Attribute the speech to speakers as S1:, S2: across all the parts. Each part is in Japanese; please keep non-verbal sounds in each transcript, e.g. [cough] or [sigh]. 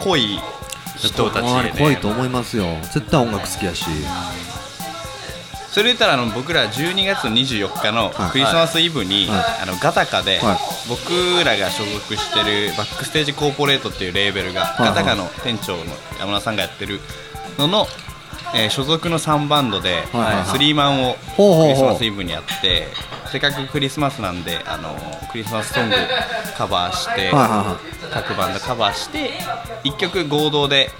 S1: 濃い人たちで、ね、
S2: 怖いと思いますよ絶対音楽好きやし
S1: それ言ったらあの僕ら12月24日のクリスマスイブに、あのガタカで、
S2: はい
S1: 僕らが所属してるバックステージコーポレートっていうレーベルが、
S2: いはい
S1: ガタカの店長の山田さんがやってるのの、えー所属の3バンドで、
S2: はいはい
S1: スリーマンをク
S2: ほうほうほう
S1: リスマスイブにやってせっかくクリスマスなんであのクリスマスソングカバーして、
S2: はいは
S1: 各バンドカバーして1曲合同で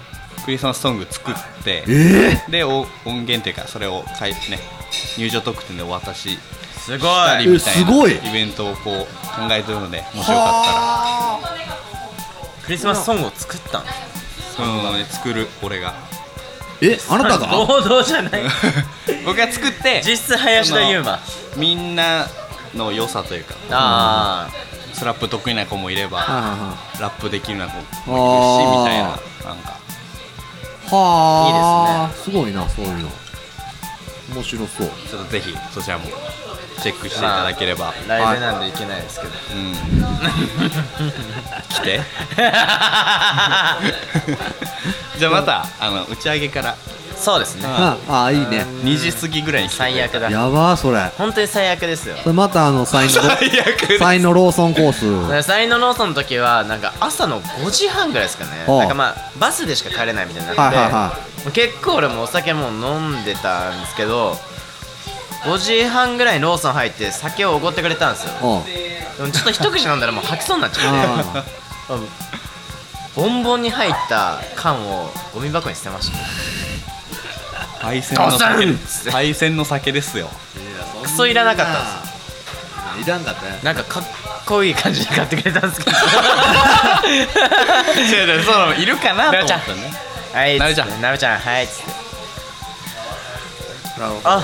S1: クリスマスソング作って。
S2: いはいえ
S1: でお音源というかそれをかい、ね、入場特典でお渡し
S3: すご
S1: したり
S3: い
S1: みたい
S2: えすごい
S1: なイベントをこう考えてるのでもしよかっ
S3: クリスマスソングを作った
S1: た
S3: ん
S1: らうん、作る俺
S2: [laughs]
S1: が
S2: えあなた
S3: [laughs]
S2: が
S3: 合同じゃない
S1: 僕が作って
S3: 実質林田
S2: [laughs]
S3: 優馬
S1: みんなの良さというか
S3: あ
S1: スラップ得意な子もいれ
S2: は
S1: ば
S2: いはいはい
S1: ラップできるな子もいるしみ
S2: あー
S1: たいななんか
S2: はあすごいなそういうの面白そう
S1: ちょっとぜひそちらもチェックしていただければ、
S3: あライブなんでいけないですけど
S1: うん、
S3: [laughs]
S1: 来てじゃあまたあの打ち上げから
S3: そうですね
S2: ああいいね
S1: 2時過ぎぐらいに来てくれ
S3: 最悪だ
S2: やばーそれ
S3: 本当に最悪ですよ
S2: それまたあのサイン [laughs] の
S1: 最悪です
S2: サインのローソンコ [laughs] ース
S3: 最のノートの時はなんか朝の5時半ぐらいですかね
S2: おう
S3: なんかまあバスでしか帰れないみたいになって、
S2: はいはいは
S3: もう結構俺もお酒もう飲んでたんですけど5時半ぐらいにローソン入って酒をおごってくれたんですよ
S2: [laughs] うん
S3: でもちょっと一口飲んだらもう吐きそうになっちゃって
S2: あ
S3: ボンボンに入った缶をゴミ箱に捨てました
S1: 敗戦の酒
S3: ド
S1: で
S3: ス
S1: す敗戦の酒です
S3: [laughs]
S1: よ
S3: クソいらなかったん
S2: ー
S3: です
S2: いらんかったね
S3: なんかかっこいい感じで買ってくれたんですけど
S1: 違う違うそのいるかなと思
S3: なる
S1: っ
S3: ち
S1: た
S3: ゃん
S1: ね
S3: はい
S1: なるちゃん
S3: なるちゃんはいっつってあ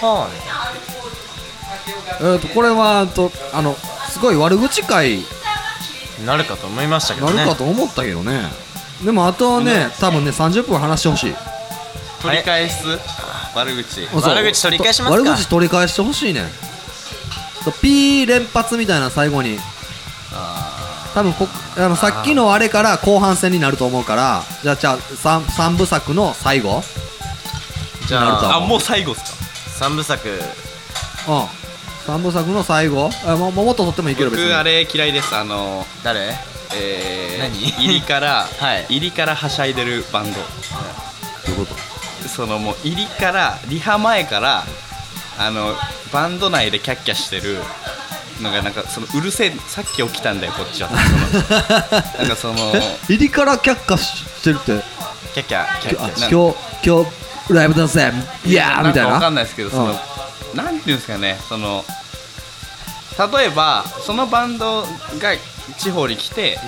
S3: そうね
S2: えっとこれはとあのすごい悪口会
S3: なるかと思いましたけど
S2: な
S3: ね
S2: るかと思ったけどねでもあとはね多分ね30分話してほしい
S1: 取り返す悪口
S2: あそう
S3: 悪口取り返しますか
S2: 悪口取り返してほしいねんそうピー連発みたいな最後に多分こあのさっきのあれから後半戦になると思うからじゃあじゃあ 3, 三部作の最後
S3: じ
S2: なる
S3: ゃ
S2: と
S3: あ
S1: あもう最後っすか
S3: 三部作
S2: うん三部作の最後あももっと取ってもいける別に
S1: 僕あれ嫌いですあの
S3: 誰
S1: えー、
S3: 何
S1: 入りから
S2: [laughs]
S3: はい
S1: 入りからはしゃいでるバンド
S2: どういうこと
S1: そのもう入りからリハ前からあのバンド内でキャッキャしてるのがなんかそのうるせえさっき起きたんだよこっちは [laughs] そのなんかその
S2: [laughs] え入りから却下してるって
S3: キャッキャキャッキ
S2: あ
S3: ャ
S1: な
S2: 今日今日ライブだぜいやーみたい
S1: んか
S2: な
S1: わかんないですけどその、なんていうんですかねその例えばそのバンドが地方に来て、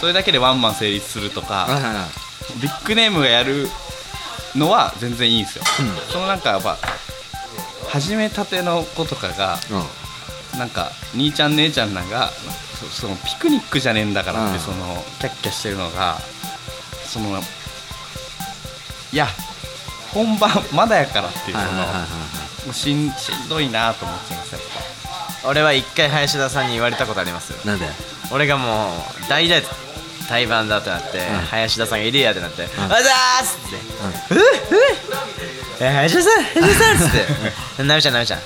S1: それだけでワンマン成立すると
S2: はい
S1: か
S2: はいはい
S1: ビッグネームがやるのは全然いいんですよ、そのなんかやっぱ始めたての子とかが
S2: うん
S1: なんか兄ちゃん姉ちゃんなんかそそのピクニックじゃねえんだからっ
S2: うん
S1: てそのキャッキャしてるのがそのいや本番まだやからっていう
S2: はい
S1: そ
S2: はいはいはい
S1: のもうしんしんどいなと思っちゃいますやっ
S3: 俺は一回林田さんに言われたことありますよ
S2: なんで
S3: 俺がもう大々と対バンだってなって、林田さんがいるやってなって「あざーっ!」つって「うっうっえ林田さん林田さん!」っつって「なみちゃんなみちゃん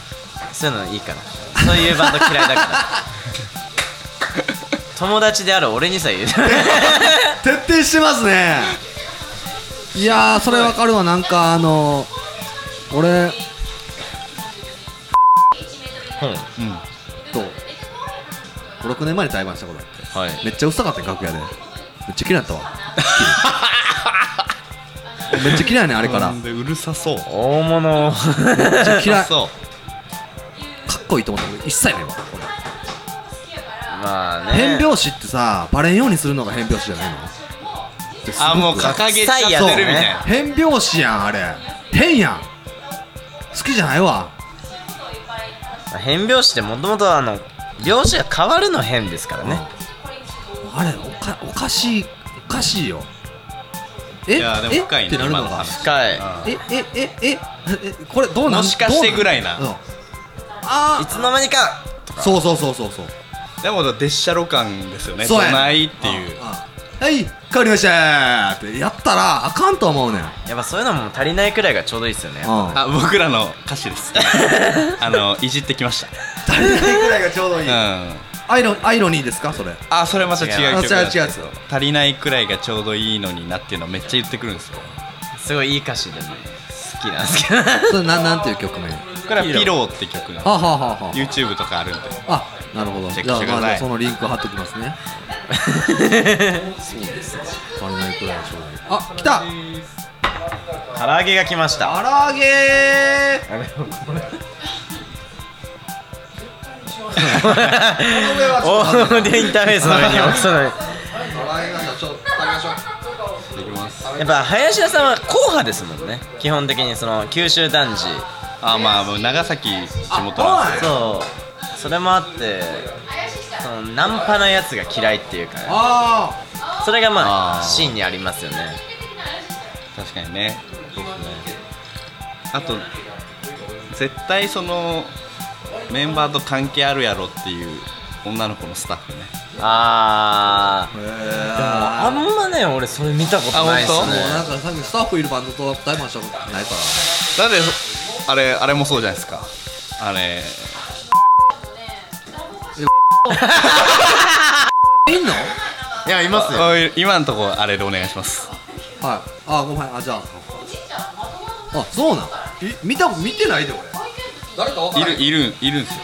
S3: そういうのいいからそういうバンド嫌いだ [laughs] から」友達である俺にさえ言う
S2: 徹底してますねいやーそれわかるわなんかあの俺と56年前に対バンしたことあって
S3: はい
S2: めっちゃうるさかったよ楽屋でめっちゃ嫌いだったわ [laughs] めっちゃ嫌いやねんあれか
S1: ぱ
S2: ら
S1: な
S2: め
S1: んでうるさそう
S3: 大物
S2: っちゃ嫌いかっ
S1: そ
S2: こいいと思ったこと一切ないわ
S3: まあね
S2: 変拍子ってさバレんようにするのが変拍子じゃないの
S1: うあもう掲げちゃって
S3: そう
S1: るみたいな
S2: 変拍子やんあれ変やん好きじゃないわ
S3: まあ変拍子ってもともとあの拍子が変わるの変ですからね
S2: あれおかおかしいおかしいよえ
S1: いやでも
S2: え
S1: 深いね
S2: ってなるの
S1: 今の
S2: が
S1: 話
S3: 深い
S1: あ
S2: ええええええこれどうな
S1: も
S2: ん
S1: しかして
S2: どう
S1: ぐらいな
S2: うんあ
S3: いつの間にか
S2: あそうそうそうそうそう
S1: でもデッシャロ感ですよね
S2: そうやねん
S1: ないっていう
S2: ああはい変わりましたってやったらあかんと思うねん
S3: やっぱそういうのも足りないくらいがちょうどいいですよね
S2: うん
S1: あ僕らの歌詞です [laughs] あのいじってきまし
S2: 足りないくらいがちょうどい
S1: たうん
S2: アイロンアイロニーですかそれ
S1: あそれまた違う曲なんですけど
S2: 違う違う違う
S1: 足りないくらいがちょうどいいのになっていうのめっちゃ言ってくるんですよ
S3: すごいいい歌詞でね好きなんですけど
S2: それなんなんていう曲名は
S1: これは「ピロー」って曲なんで
S2: あはあはあは
S1: YouTube とかあるんで
S2: ああなるほど
S1: チェック
S2: じゃあ
S1: してく
S2: ま
S1: ださい
S2: あじゃあそのリンク貼っときますねそうですね足りないくらいがちょうどいいあ来た
S3: 唐揚げが来ました
S2: 唐揚げーこの上はちょっと
S3: おおでインターフェースの上に置きそうな
S2: 唐揚げがさちょっと食べましょう
S1: できます
S3: やっぱ林田さんは硬派ですもんね基本的にその九州男児
S1: あまあもう長崎地元なんで
S3: そうそれもあってそのナンパなやつが嫌いっていうか
S2: あ
S3: それがまあ
S1: あー
S3: シーンにありますよね
S1: 確かにねあと絶対そのメンバーと関係あるやろっていう女の子のスタッフね
S3: あー
S2: ーへ
S3: あん
S2: ー
S3: まね俺それ見たことないです
S1: あ本
S2: もう
S1: 当
S3: ね
S2: なんかさっきスタッフいるバンドと対マンしたことないから
S1: だってあれあれもそうじゃないですかあれ
S2: いんの
S3: いやいます
S1: おい今のとこあれでお願いします
S2: はい。あ、ごめん。あ、じゃあ。あ、そうなん。え、見た、見てないで、俺。誰かわか
S1: い
S2: らん
S1: るいるいるんです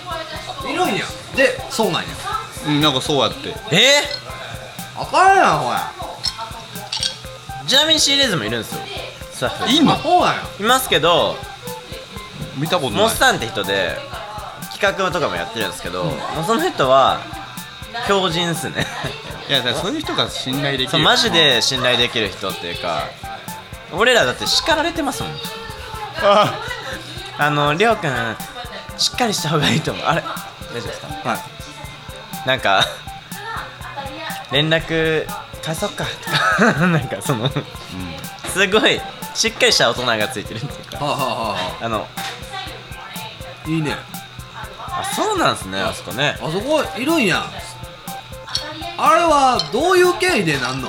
S1: よ
S2: いるんや。で、そうなんや。
S1: うんなんかそうやって
S3: え
S2: あかんやん、ほや。
S3: ーちなみにシーレーズもいるんですよスタッフ
S1: いんの
S2: あ、そうなんや。
S3: いますけど
S1: 見たことない
S3: モスタンって人で企画とかもやってるんですけど、もうその人は強靭っすね
S1: いやだからそういう人が信頼でき
S3: そう
S1: る
S3: マジで信頼できる人っていうか俺らだって叱られてますもん
S1: あ
S3: あのりょうくんしっかりした方がいいと思うあれ大丈夫ですか
S2: はい。
S3: なんか連絡返そうか [laughs] とかなんかその、すごいしっかりした大人がついてるっていうか
S2: はあ、はあはあは
S3: あの
S2: あ、いいね。
S3: あそうなんすねあそこね
S2: あそこいるんや。あれはどういう経緯でなんの？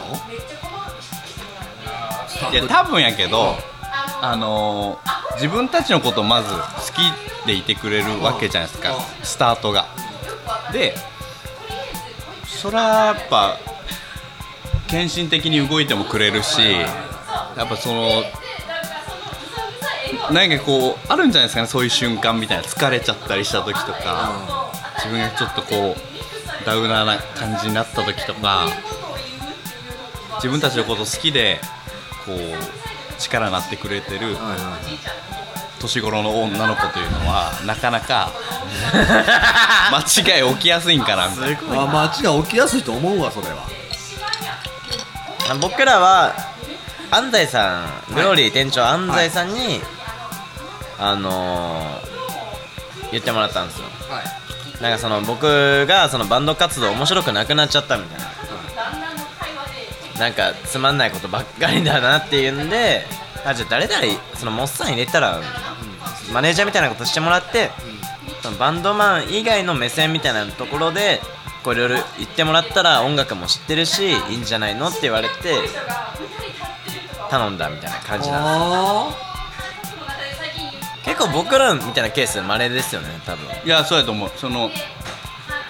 S2: スタッ
S1: い
S2: フ
S1: や多分やけどあのー自分たちのことをまず好きでいてくれるわけじゃないですか
S2: う
S1: スタートがでそらやっぱ献身的に動いてもくれるしやっぱそのなんかこうあるんじゃないですかねそういう瞬間みたいな疲れちゃったりした時とか自分がちょっとこうダウナーな感じになった時とか自分たちのこと好きでこう力になってくれてる
S2: はいはい
S1: 年頃の女の子というのはなかな [laughs] か間違い起きやすいんかなみたいな
S2: はい。まあ街が起きやすいと思うわそれは。
S3: あ僕らは安西さんグローリー店長安西さんに、あのー、言ってもらったんですよ
S2: はい。
S3: なんかその僕がそのバンド活動面白くなくなっちゃったみたいななんかつまんないことばっかりだなっていうんであじゃあ誰々そのモッサン入れたら、マネージャーみたいなことしてもらって、そのバンドマン以外の目線みたいなところでこういろいろ言ってもらったら音楽も知ってるしいいんじゃないのって言われて頼んだみたいな感じなんで
S2: あ
S3: す結構僕らみたいなケースまれですよね多分
S1: いやそうやと思うその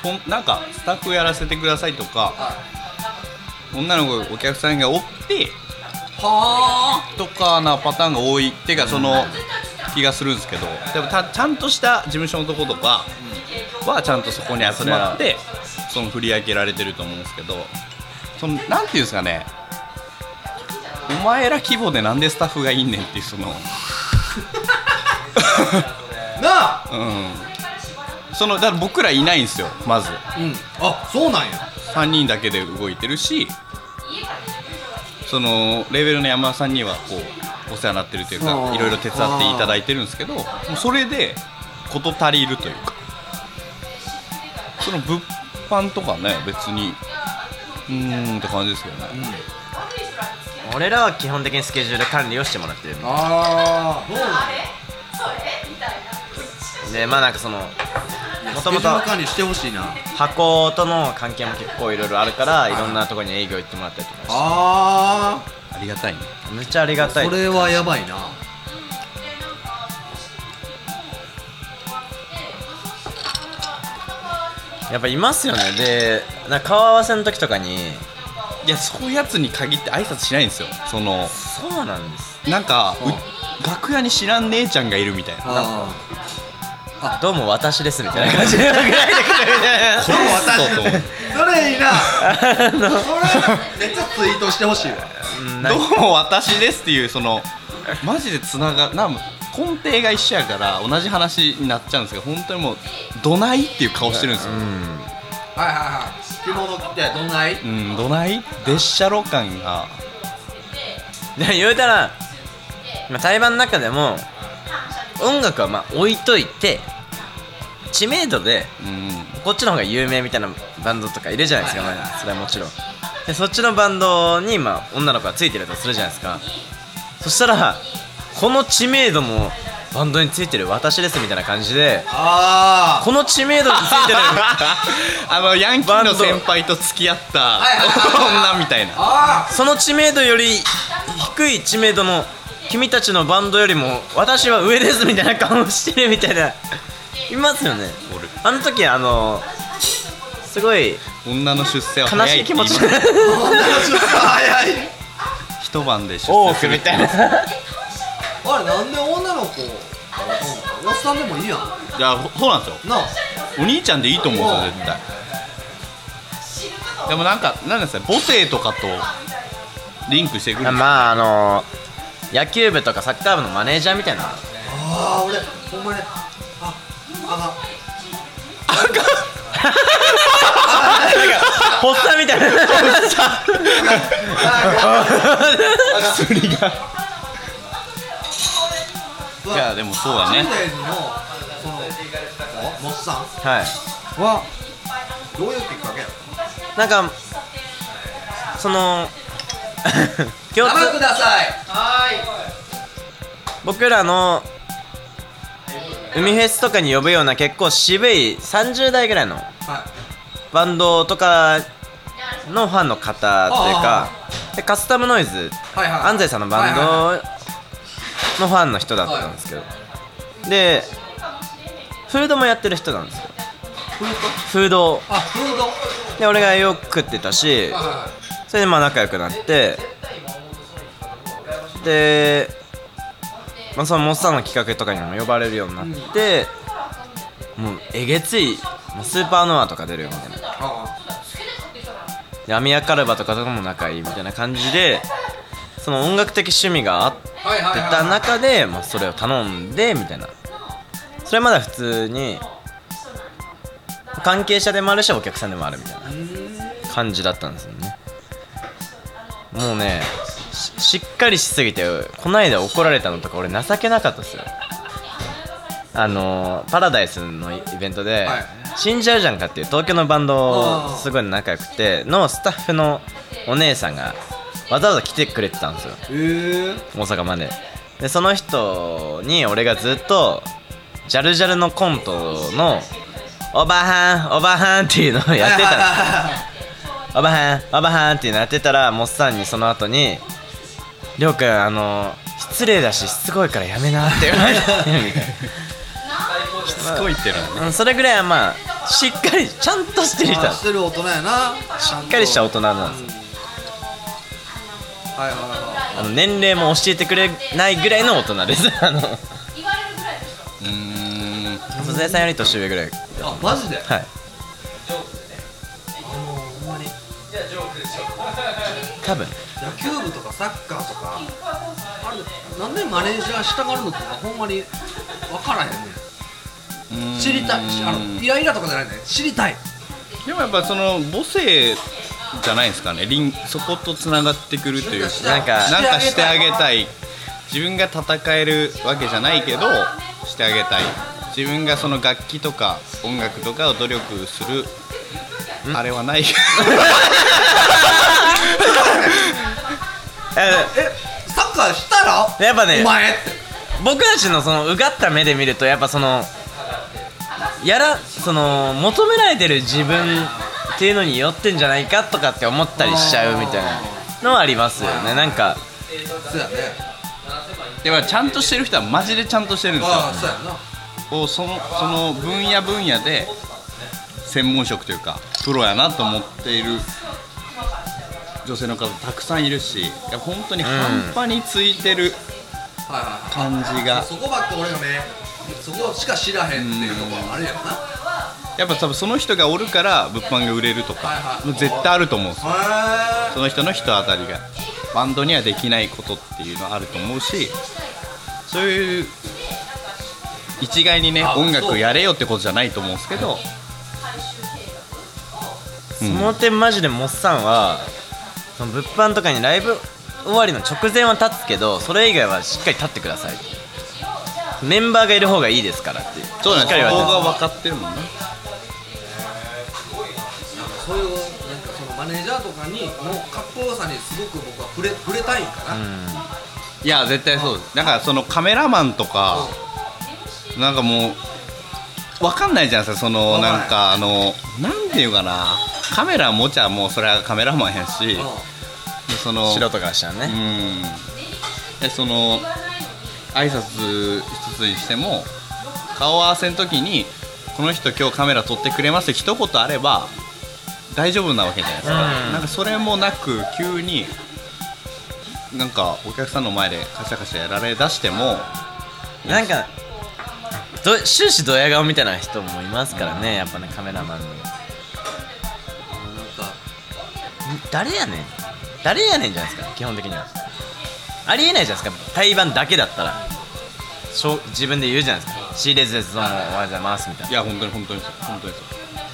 S1: ほんなんかスタッフやらせてくださいとか女の子お客さんがおって
S2: あ。はあ。
S1: とかなパターンが多いっていうかその気がするんですけどでもたちゃんとした事務所のとことかはちゃんとそこに集まってその振り上げられてると思うんですけどそのなんていうんですかねお前ら規模でなんでスタッフがいいねんっていうその
S2: なあ。
S1: うんそのだから僕らいないんですよまず
S2: うん。あ、そうなんや。
S1: 3人だけで動いてるしそのレーベルの山田さんにはこうお世話になってるという
S2: あ
S1: か
S2: ー
S1: いろいろ手伝っていただいてるんですけどもうそれで事足りるというかその物販とかね別にうーんって感じですけどね
S3: 俺らは基本的にスケジュール管理をしてもらってる
S2: ああ。そうなんや。
S3: でまあなんかそのモもと
S2: 手
S3: もと
S2: 順管理してほしいな
S3: 箱との関係も結構いろいろあるからいろんなとこに営業行ってもらったりとか
S2: あ
S1: ありがたいね
S3: めっちゃありが
S2: あ
S3: たい
S2: それはやばいな
S3: やっぱいますよねでなんか顔合わせの時とかに
S1: いやそういうやつに限って挨拶しないんですよその
S3: そうなんです
S1: なんか、う
S2: うん
S1: 楽屋に知らん姉ちゃんがいるみたいな
S2: あ
S3: どうも私ですみたいな感じで来られてくるみたいな
S1: これ私と思って
S2: ー [laughs] それいいなそれめっちゃツイートしてほしいわ
S3: うんなんか
S1: どうも私ですっていうそ
S3: [laughs]
S1: のマジでつながなん根底が一緒やから同じ話になっちゃうんですけど本当にもうどないっていう顔してるんですよ、
S2: はいはいはい着物着てどんない
S1: うん、どないでっしゃろ感が
S3: で言うたら、まあ、対バンの中でも音楽はまあ置いといて知名度で
S1: うん
S3: [laughs] こっちの方が有名みたいなバンドとかいるじゃないですか、
S2: はい
S3: まあそれはもちろんでそっちのバンドに、まあ、女の子がついてるとするじゃないですかそしたらこの知名度もバンドについてる私ですみたいな感じで
S2: あ
S3: この知名度についてる
S1: あのヤンキーの先輩と付き合った女みたいな
S2: あ
S3: その知名度より低い知名度の君たちのバンドよりも私は上ですみたいな顔してるみたいないますよね
S1: 俺
S3: あの時あのすごい
S1: 女の出世は
S3: 悲
S1: 早い
S3: し
S1: って
S3: い気
S1: 言
S3: 持
S1: い
S3: ち
S1: ます
S2: [laughs] 早い
S1: 一晩で出
S3: 多
S1: 世す
S3: く
S1: る
S3: みたいな
S2: あれなんで女の子うんおっさんでもいいやん
S1: いやほそうなんですよ
S2: なあ
S1: お兄ちゃんでいいと思うんですよ絶対でもなんかなんですかね母性とかとリンクしてくるんですよ
S3: まああの野球部とかサッカー部のマネージャーみたいな
S2: ああ俺ほんまにああ
S3: 発作みたいな
S1: 釣りがいやでもそうだね
S2: チーズのそのおもっさ
S3: はい
S2: んはどういうきっかけや
S3: なんかその共通
S2: ください
S3: 僕らの海フェスとかに呼ぶような結構渋い30代ぐらいの
S2: は
S3: バンドとかのファンの方というか
S2: あ
S3: でカスタムノイズ
S2: いはいはい
S3: 安西さんのバンドのファンの人だったんですけどでフードもやってる人なんですよ
S2: フード
S3: フード
S2: あフードは
S3: で俺がよく食ってたし
S2: いは
S3: それでまあ仲良くなってで、まあ、そのモッサンの企画とかにも呼ばれるようになって、もうえげついもうスーパーノアとか出るよみたいない
S2: は
S3: でアミヤカルバとかとも仲いいみたいな感じでその音楽的趣味があって
S2: いはいはい
S3: た中で、まあ、それを頼んでみたいなそれまだ普通に関係者でもあるしお客さんでもあるみたいな感じだったんですよねもうねししっかりしすぎてこないだ怒られたのとか俺情けなかったですよあのーパラダイスのイベントで、
S2: はい
S3: 死んじゃうじゃんかっていう東京のバン
S2: あー
S3: ドすごい仲良くてのスタッフのお姉さんがわざわざ来てくれてたんですよ
S2: えー、
S3: 大阪まででその人に俺がずっとジャルジャルのコントの「おばはんおばはん」っていうのをやってたのおばはんおばはんっていうのやってたらモッさんにその後に「りょうくんあの失礼だししつこいからやめな」って言われて
S1: しつこいってのはね
S3: うんそれぐらいはまあしっかりちゃんとしてる人
S2: あ
S3: だ
S2: してる大人やなし
S3: しっかりした大
S2: はい
S3: 人なんですよ
S2: はいは
S3: あの年齢も教えてくれないぐらいの大人ですあの
S1: うーん
S3: 鈴江さんより年上ぐらい
S2: いあマジで
S3: はい
S2: あもうほんまに
S3: 多分
S2: 野球部とかサッカーとかあれなんでマネージャーしたがるのかがほんまに分からへんねん知りたいしあのイライラとかじゃないね知りたい
S1: でもやっぱその母性じゃないですかねリンそことつながってくるというか
S3: なんか
S1: なんかしてあげ
S2: い
S1: たい自分が戦えるわけじゃないけどしてあげたい自分がその楽器とか音楽とかを努力するあれはない
S3: え
S2: サッカーしたら
S3: やっぱね
S2: お前って
S3: 僕たちのそのうがった目で見るとやっぱそのやらその求められてる自分っていうのに寄ってんじゃないかとかって思ったりしちゃうみたいなのはありますよねなんか
S2: そうやね
S1: でもちゃんとしてる人はマジでちゃんとしてるんですよ
S2: ああそうやな
S1: こうそのその分野分野で専門職というかプロやなと思っている女性の方たくさんいるしいや本当に半端についてる
S2: はいはいはい
S1: 感じが、
S2: そこばっか俺がねそこしか知らへんっていうところもあるやんな
S1: やっぱ多分その人がおるから物販が売れると
S2: はい
S1: か
S2: はい
S1: もう絶対あると思うんですよ
S2: へ
S1: その人の人当たりがバンドにはできないことっていうのはあると思うしそういう一概にね
S2: あ
S1: 音楽やれよってことじゃないと思うんですけど
S3: その点マジでモッさんはその物販とかにライブ終わりの直前は立つけどそれ以外はしっかり立ってくださいメンバーがいる方がいいですからって
S1: そうなんです
S3: しっ
S1: よ
S3: か
S1: 動
S3: りは
S1: 画分かってるもんね
S2: そういうなんかそのマネージャーとかにのかっこよさにすごく僕は触れ触れたいんかな、
S1: いや絶対そうですだからそのカメラマンとかなんかもうわかんないじゃないですかその
S2: わかん
S1: な
S2: ない
S1: んかあのなんていうかなカメラ持ちゃもうそれはカメラマンやし
S2: うん
S1: その
S3: 素人からしたら
S1: う
S3: ね、
S1: んでその挨拶一つにしても顔合わせの時にこの人今日カメラ撮ってくれますって一言あれば大丈夫なわけじゃないですか、
S3: うん
S1: なんかそれもなく急になんかお客さんの前でカシャカシャやられだしても
S3: なんかど終始ドヤ顔みたいな人もいますからねやっぱねカメラマンの
S2: なんか
S3: 誰やねん誰やねんじゃないですか基本的にはありえないじゃないですか対バンだけだったらしょ自分で言うじゃないですか仕入れずですどうもおはようございますみたいない
S1: や本当に本当にそう本当にそう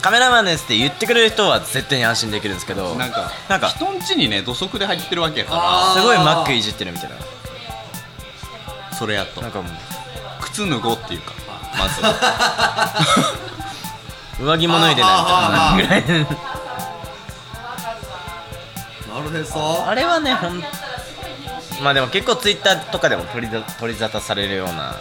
S3: カメラマンですって言ってくれる人は絶対に安心できるんですけど
S1: なんか
S3: なんかす
S1: 人んちにね土足で入ってるわけやか
S2: あ
S3: ごいマックいじってるみたいな
S1: らそれやと
S3: なんかも
S1: 靴脱ごうっていうかまず
S3: う上着も脱いでないみたいなぐらい
S2: なるへそ
S3: あれはねほんまあでも結構ツイッターとかでも取りざ取り沙汰されるような
S2: あ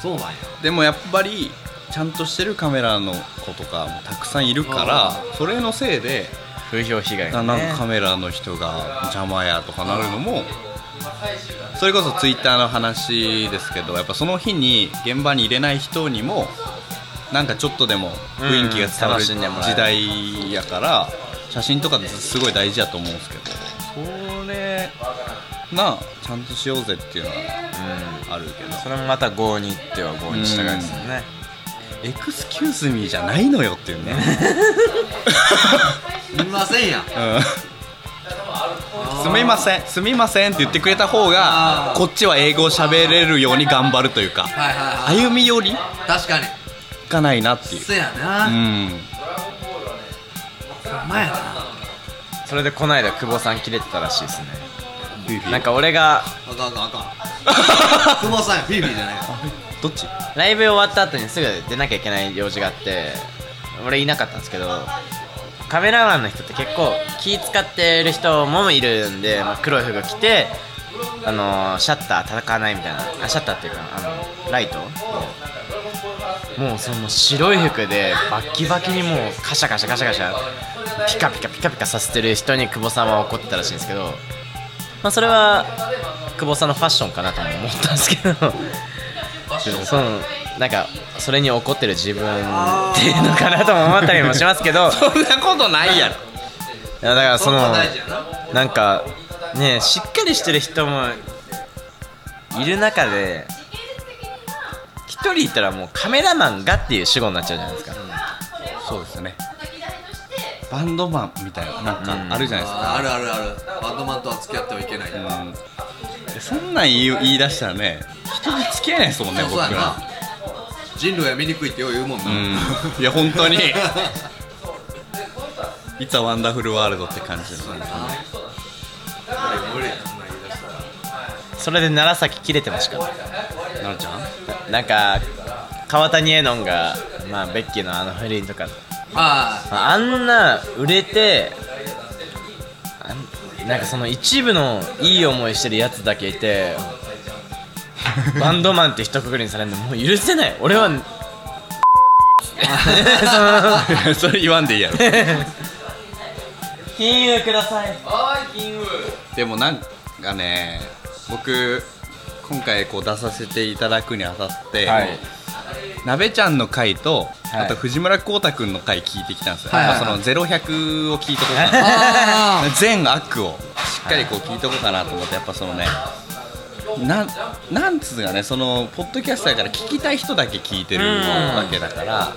S2: そうなんや
S1: でもやっぱりちゃんとしてるカメラの子とかもたくさんいるからそれのせいで
S3: 風評被害
S1: な
S3: が、
S1: なん
S3: ね、
S1: かカメラの人が邪魔やとかなるのもそれこそツイッターの話ですけどやっぱその日に現場に入れない人にもなんかちょっとでも雰囲気が伝わ
S3: うん
S1: る
S3: 楽しんでもらえる
S1: 時代やから写真とかってすごい大事やと思うんですけどそれなあちゃんとしようぜっていうのは
S3: う
S1: あるけど
S3: んそれもまた合に行っては合に従いですよね
S1: エクスキューズミーじゃないのよって
S2: [laughs]
S1: いうね。
S2: いませんやん
S1: すみませんすみませんって言ってくれた方が
S2: あー
S1: こっちは英語を喋れるように頑張るというか
S2: はいはいはい
S1: 歩み寄り
S2: 確かに
S1: がないなっていう
S2: そうや
S1: う
S2: なんほんまやな
S3: それでこの間久保さん切れてたらしいですねなんか俺が
S2: あかんあかんあかん久保さんやフィーフィーじゃないよ
S1: どっちは
S3: ライブ終わった後にすぐ出なきゃいけない用事があって俺いなかったんですけどカメラマンの人って結構気使ってる人もいるんで、まあ、黒い服着てあのーシャッター叩かないみたいなあシャッターっていうかあのライトもうその白い服でバッキバキにもうカシャカシャカシャカシャピカピカピカピカさせてる人に久保さんは怒ってたらしいんですけどまあそれは久保さんのファッションかなとも思ったんですけどそのなんかそれに怒ってる自分っていうのかなとも思ったりもしますけどそんなことないやろだからその
S2: こ大事やな
S3: なんかねしっかりしてる人もいる中で一人いたらもうカメラマンがっていう主語になっちゃうじゃないですか、
S1: そうですねバンドマンみたいななん
S3: うん
S1: かあるじゃないです
S2: あ
S1: か
S2: あるあるあるバンドマンとは付き合ってはいけないそう
S1: うんそんなん言い言い出したらね人と付き合えないですもんね僕
S2: そうやな
S1: ら
S2: 人類は醜いってよう言うもん
S1: う
S2: な、
S1: んいや本当にいつはワンダフルワールドって感じですね
S2: 無理やそんなん言い出したら
S3: それで楢崎切れてましたから
S1: なるちゃん
S3: なんか川谷絵音が、まあ、ベッキーのあの不倫とか
S2: あ
S3: あんな売れてあんなんかその一部のいい思いしてるやつだけいて
S2: [laughs] [laughs]
S3: バンドマンって一括りにされるのもう許せない俺は
S1: [laughs] それ言わんでいいや
S2: [laughs]
S1: ろ
S3: 金融ください
S1: でもなんかね僕今回こう出させていただくにあたって、
S3: はい
S1: なべちゃんの回と、
S3: はい
S1: あと藤村浩太君の回聞いてきたんですよ、
S2: はいはいはい
S1: まあその0100を聞いとこうかな
S2: あー
S1: 全悪をしっかりこう聞いとこうかなと思ってやっぱそのねなんなんつうかねそのポッドキャストだから聞きたい人だけ聞いてるわけだから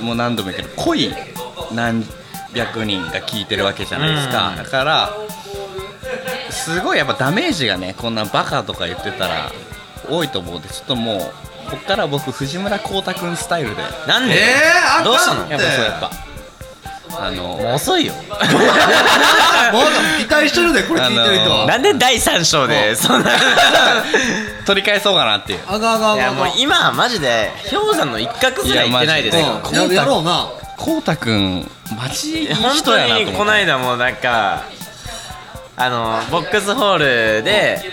S1: もう何度も言うけど濃い何百人が聞いてるわけじゃないですか
S3: うん
S1: だからすごいやっぱダメージがねこんなバカとか言ってたら多いと思うんでちょっともうこっから僕藤村浩太君スタイルで
S3: なんで、
S2: えーあかん
S3: どうしたの
S1: やっぱそうやっぱあの
S3: もう遅いよ
S2: もう期待してるでこれ聞いてる人
S1: あ
S2: は
S1: のー
S3: なんで第三章で
S2: [laughs]
S3: そんな
S1: [laughs] 取り返そうかなっていう
S2: あがあがあ
S3: い
S2: が
S3: や
S2: あ
S3: もう
S2: が
S3: 今はマジで氷山の一角すら行ってないですよ
S2: うんややろうな
S1: こうたくんマジいい人やな
S3: 本
S1: と思っ
S3: 当
S1: て
S3: にこの間もなんかあのボックスホールで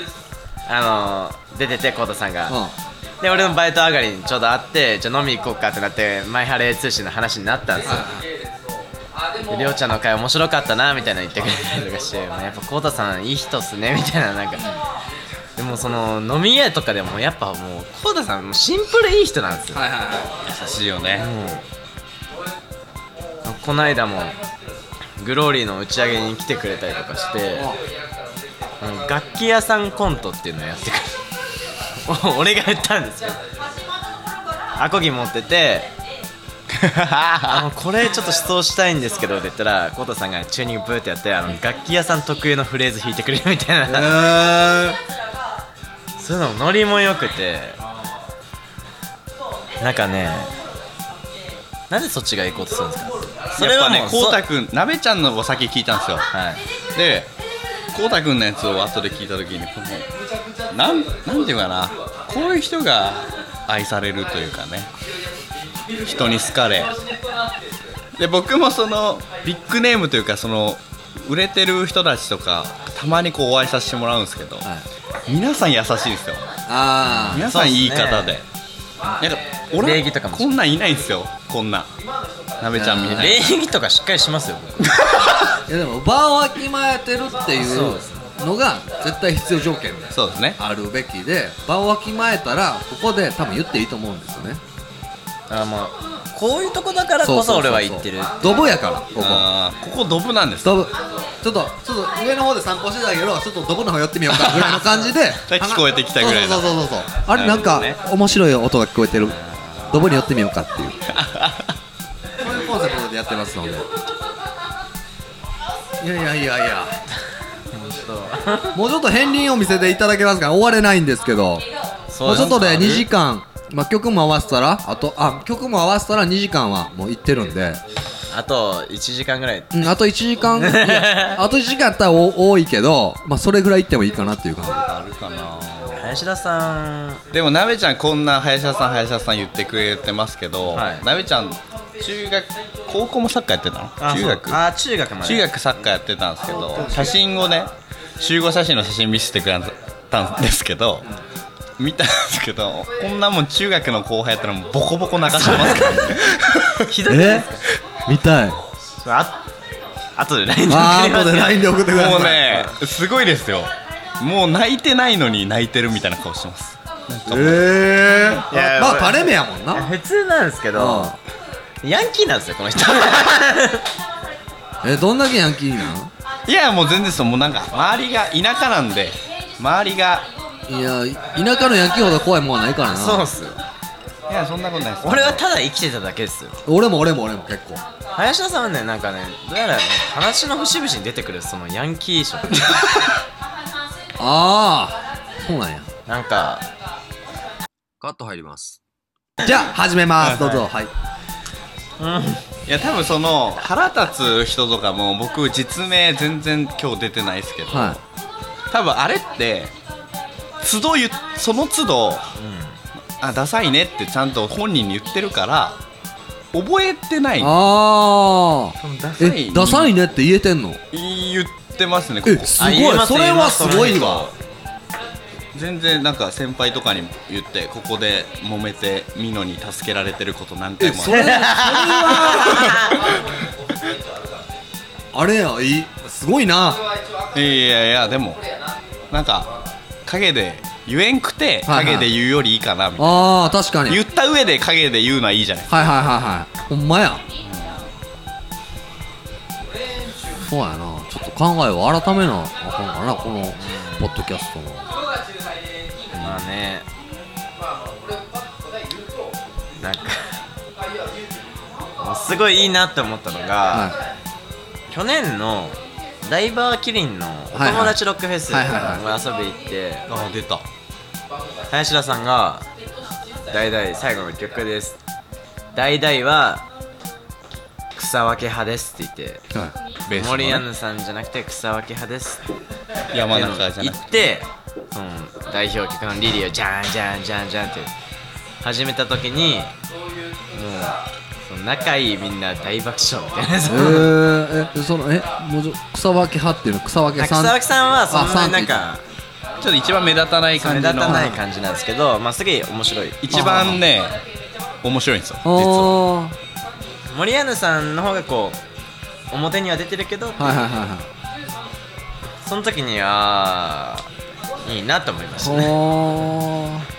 S3: あの出ててコウタさんが、
S2: う
S3: で俺のバイト上がりにちょうど会ってじゃあ飲み行こうかってなって「マイハレー通信」の話になったんですよでりょうちゃんの会面白かったなみたいな言ってくれたりとかして、まあやっぱコウタさんいい人っすねみたいななんかでもその飲み屋とかでもやっぱもうコウタさんもうシンプルいい人なんですよ
S2: んはいはいはい
S1: 優しいよね
S3: この間もグローリーの打ち上げに来てくれたりとかしてあの楽器屋さんコントっていうのをやってくれ [laughs] る俺が言ったんですよアコギ持ってて [laughs] あのこれちょっと思想したいんですけどって言ったらコウタさんがチューニングブーってやってあの楽器屋さん特有のフレーズ弾いてくれるみたいな
S2: え
S3: そういうのもノリも良くてなんかねなぜそっちが行こうとするんですかそれ
S1: やっ
S3: は
S1: ぱ
S3: も
S1: ね
S3: う
S1: こうた
S3: そ
S1: くんなべちゃんのお先聞いたんですよ
S3: はい
S1: でこうたくんのやつを後で聞いた時にこのなんなんていうかなこういう人が愛されるというかね人に好かれで僕もそのビッグネームというかその売れてる人たちとかたまにこうお会いさせてもらうんですけど、
S2: はい
S1: 皆さん優しいんですよ
S2: あ
S1: 皆さんいい方で、なんか俺
S3: 礼儀とかも
S1: こんなんいないんですよこんなんなべちゃんみたい
S3: 礼
S1: な
S3: 儀とかしっかりしますよ僕
S2: あいやでも場をわきまえてるっていうのが絶対必要条件で
S1: そうですね
S2: あるべきで場をわきまえたらここで多分言っていいと思うんですよね
S3: あもうこういうとこだからこそ俺は言ってる
S2: ドブやからここ
S1: あーここドブなんです
S2: ドブちょっとちょっと上の方で散歩してたけどちょっとドブの方寄ってみようかぐらいの感
S1: [laughs]
S2: じで
S1: 聞こえてきたぐらいの
S2: そうそうそうそうそうあれなんか
S1: なるほ
S2: 面白い音が聞こえてるドブに寄ってみようかっていうこういうコンセプトでやってますのでいやいやいやいやもうちょっと片鱗を見せていただけますから終われないんですけどもうちょっとで2時間、まあ、曲も合わせたらあとあ曲も合わせたら2時間はもういってるんで、
S3: あと1時間ぐらい
S2: うん、あと1時間い [laughs] やあと1時間あったらお多いけど、まあ、それぐらいいってもいいかなっていう感じ
S1: あるかな
S3: 林田さん
S1: でもなべちゃんこんな林田さん林田さん言ってくれてますけど、
S3: はい
S1: なべちゃん中学高校もサッカーやってたの中学
S3: あ中学まで
S1: 中学サッカーやってたんですけど写真をね集合写真の写真見せてくれたんですけど見たんですけどこんなもん中学の後輩やったらもうボコボコ泣かしてますからね
S3: [laughs] ひどいね
S2: 見たい
S3: ああとで LINE で
S2: あー
S3: 送
S2: 後で
S3: ります
S2: LINE で送ってください
S1: もうねすごいですよもう泣いてないのに泣いてるみたいな顔してます
S2: ええ
S3: いや
S2: まあパレ目やもんな
S3: 普通なんですけどヤンキーなんですよこの人
S2: えどんだけヤンキーなん
S1: いやもう全然そうもうなんか周りが田舎なんで周りが
S2: いや田舎のヤンキーほど怖いもんはないからな
S3: そうっす
S1: いやそんなことないです
S3: 俺はただ生きてただけですよ
S2: 俺も俺も俺も結構
S3: 林田さんはねなんかねどうやらね話の節々に出てくるそのヤンキー
S1: [laughs]
S3: 色
S2: ああそうなんや
S3: なんか
S2: カット入りますじゃあ始めますどうぞはい
S1: いや多分その腹立つ人とかも僕実名全然今日出てないですけど、
S2: は
S1: 多分あれって都度言っその都度、あダサいねってちゃんと本人に言ってるから覚えてないい
S2: ああ
S1: ダサ
S2: え
S1: い
S2: ダサいねって言えてんの
S1: 言ってますねこ
S2: え
S1: こ
S2: す
S3: あ
S2: ごい
S3: 言えま
S1: [laughs]
S3: す
S2: それはすごい
S3: 言え
S2: わ
S3: ま
S1: 全然なんか先輩とかにも言ってここで揉めてミノに助けられてること何回もあ
S2: そ
S1: る
S2: れそれはあれやいいすごいない
S1: やいやいやでもなんか陰で言えんくて
S2: はいはい
S1: 陰で言うよりいいかなみたいな、
S2: あー確かにはい
S1: 言った上で陰で言うのはいいじゃない
S2: はいはいはいほんまやそうやなちょっと考えを改めなあかんからなこのポッドキャストの
S3: まあねなんかもうすごいいいなって思ったのが、
S2: は
S3: 去年のダイバーキリンのお友達ロックフェスに
S2: はいはい
S3: 遊び行って
S1: あ出た
S3: 林田さんが「代々最後の曲です」「代々は草分け派です」って言って
S2: いはい
S1: ベースの
S3: 森
S1: ね、
S3: アンヌさんじゃなくて草分け派ですって
S1: 山
S3: っていうの
S1: 中
S3: を
S1: じゃ
S3: 行
S1: な
S3: ってその代表曲の「リリー」をジャンジャンジャンジャンって始めた時にもうその仲いいみんな大爆笑みたいな、
S2: えー、えそのえもうちょ草分け派っていうの草分けさ
S3: 草
S2: ん
S3: 分けさんはそんなになん
S2: あ
S3: か
S1: くちょっと一番目立たない
S3: 目
S1: 感じの
S3: 立たない感じなんですけど、まあ、すげえ面白い
S1: 一番ね面白いんですよ実は
S2: おー
S3: 森アヌさんの方がこう表には出てるけど
S2: はいはいはいはい
S3: その時にあーいいなと思いましたね
S2: おー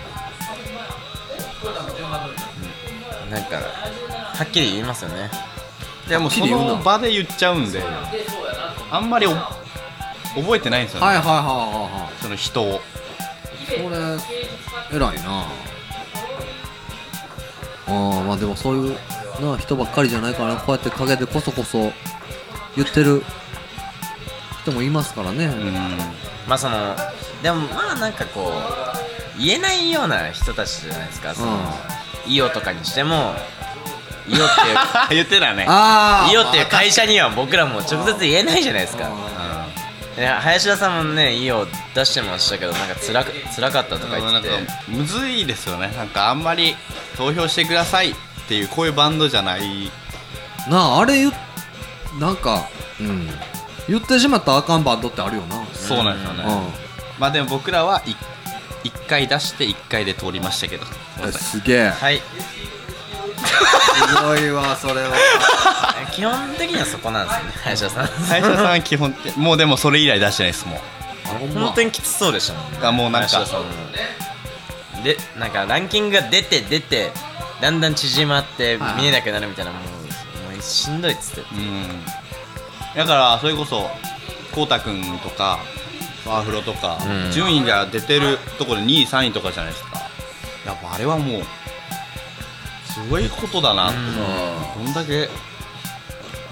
S3: なんかはっきり言いますよね
S1: いやもうその場で言っちゃうんであんまりお覚えてないんですよね、
S2: はいはいはいはいはい
S1: その人を
S2: これ偉いなああまあでもそういうな人ばっかりじゃないからこうやって陰でこそこそ言ってる人もいますからね、
S1: うん
S3: まあそのでもまあなんかこう言えないような人たちじゃないですかその、イオとかにしてもイオっていう
S1: [laughs] 言ってたね [laughs]
S2: ああ
S3: イオっていう会社には僕らも直接言えないじゃないですかいや林田さんもねイオ出してましたけどなんか辛く辛かったとか言
S1: な
S3: っ
S1: ん
S3: て
S1: か
S3: て
S1: むずいですよねなんかあんまり投票してくださいっていうこういうバンドじゃない
S2: なああれ言っなんかうん言ってしまったらあかんバンドってあるよな、
S1: そうなんですよね、
S2: う
S1: まあでも僕らは1回出して1回で通りましたけどごめ
S2: ん、
S1: んなさい
S2: すげえ
S3: はい
S2: すごいわそれは
S3: 基本的にはそこなんですよね林
S1: [laughs]
S3: 田さん
S1: 最初さんは基本 [laughs] 的もうでもそれ以来出してないですもう
S2: ほんま
S3: 本当にきつそうでしたもんね
S1: あもうなんか
S3: 林田さんでなんかランキングが出て出てだんだん縮まって
S2: はい
S3: 見えなくなるみたいなもうもうしんどいっつって
S1: うんだからそれこそこうたくんとかワーフロとか、
S3: うん
S1: 順位が出てるところで2位3位とかじゃないですかやっぱあれはもうすごいことだなって、うどんだけ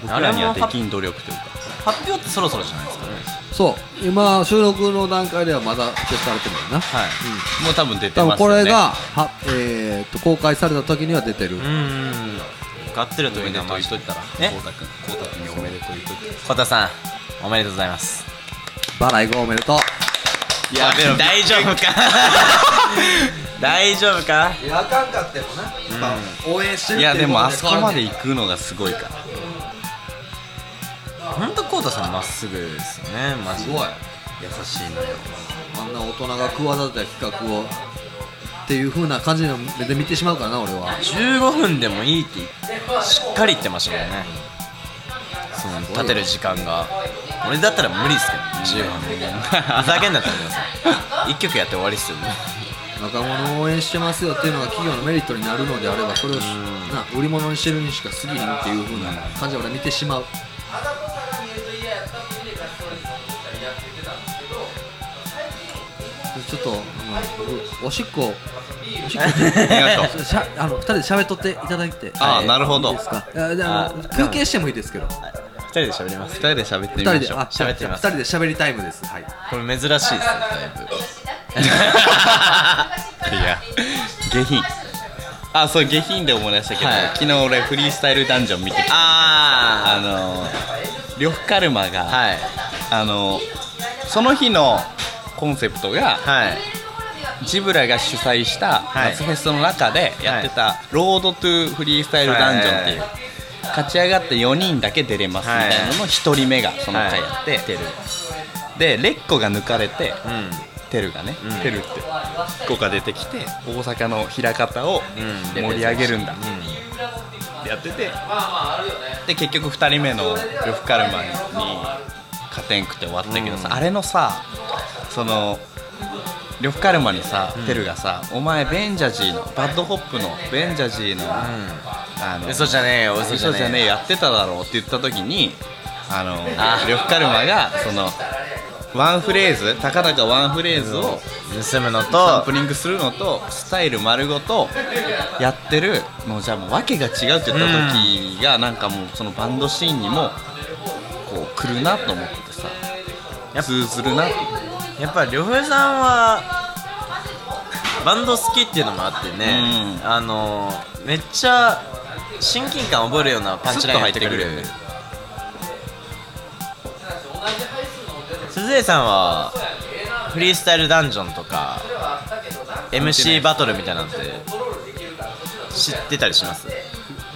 S1: 僕らにはできん努力というか
S3: 発表ってそろそろじゃないですかね
S2: そう今収録の段階ではまだ消されてないな
S1: はい、もう多分出て
S2: 多分
S1: ます
S2: こ
S1: よ、ね、
S2: れが、はえー、と公開された時には出てる、
S3: うーんガッテル
S1: お
S3: とい
S1: め
S3: う
S1: で
S3: 名
S1: とう言
S3: 前
S1: っといたら
S3: え
S1: こうたくんこうたくんにおめでとう言っといた
S3: 小田さんおめでとうございます
S2: バラエゴおめでとう
S1: らやべえ
S3: 大丈夫
S2: [laughs]
S3: か大丈夫か
S2: いやあかんかってもな、応援して
S1: いやでもあそこまで行くのがすごいから
S3: 本当コウタさんまっすぐですよねマジ
S2: す
S3: で
S2: ごい
S1: 優しいなよ
S2: あんな大人が企てた企画をっていう風な感じの目で見てしまうからな俺は
S3: 15分でもいいってしっかり言ってましたもんねその立てる時間が俺だったら無理ですけど15分でふざけんなって思います1曲やって終わりっすよね
S2: 若者を応援してますよっていうのが企業のメリットになるのであればそれをしな売り物にしてるにしか過ぎひんっていう風な感じで俺は見てしまうちょっと、あのおしっこお
S1: 行 [laughs] き
S2: しっこ
S1: ましょう
S2: しゃあの二人で喋っとっていただいて
S1: ああ
S2: はい
S1: なるほど
S2: いいですかいやじゃああの
S3: あ
S2: 休憩してもいいですけど
S3: 2人で喋ります
S1: 2人で喋って
S2: 二
S1: みま
S2: 人
S1: し
S2: で
S1: ょう
S2: あ
S3: 喋ってみま
S2: 二
S3: す
S2: 人で喋りタイムですはい
S3: これ珍しいですねだいぶ
S1: いや下品 [laughs] あそう下品で思い出したけど、
S3: はい
S1: 昨日俺フリースタイルダンジョン見てきたあ
S3: あ
S1: の呂布カルマが、
S3: あはい
S1: あのその日のコンセプトが
S3: はい
S1: ジブラが主催した
S3: はい
S1: 夏フェスの中でやってた「ロードトゥフリースタイルダンジョン」っていう
S3: は
S1: 勝ち上がって4人だけ出れますみたいなのの1人目がその回やって
S3: はい出る
S1: でレッコが抜かれて
S3: うん
S1: テルがね、テルって子が出てきて大阪の枚方を
S3: うん
S1: 盛り上げるんだってやってて、で結局2人目の呂布カルマに勝てんくて終わったけどさ、あれのさその呂布カルマにさ、テルがさ「お前ベンジャジーのバッドホップのベンジャジーの、あの
S3: 嘘じゃねえよ
S1: 嘘
S3: 嘘
S1: じゃねえやってただろうって言った時にあの
S3: あ
S1: 呂布カルマがそのワンフレーズたかだかワンフレーズを
S3: 盗むの
S1: サン
S3: と
S1: プリングするのとスタイル丸ごとやってるのじゃもう訳が違うって言った時がなんかもうそのバンドシーンにもこう来るなと思ってさ
S3: やっぱ
S1: 通ずるなっていう
S3: やっぱ呂布さんはバンド好きっていうのもあってね、あのめっちゃ親近感覚えるようなパンチライン入ってくる
S1: スッと入って
S3: 鈴江さんはフリースタイルダンジョンとか MC バトルみたいなんて知ってたりします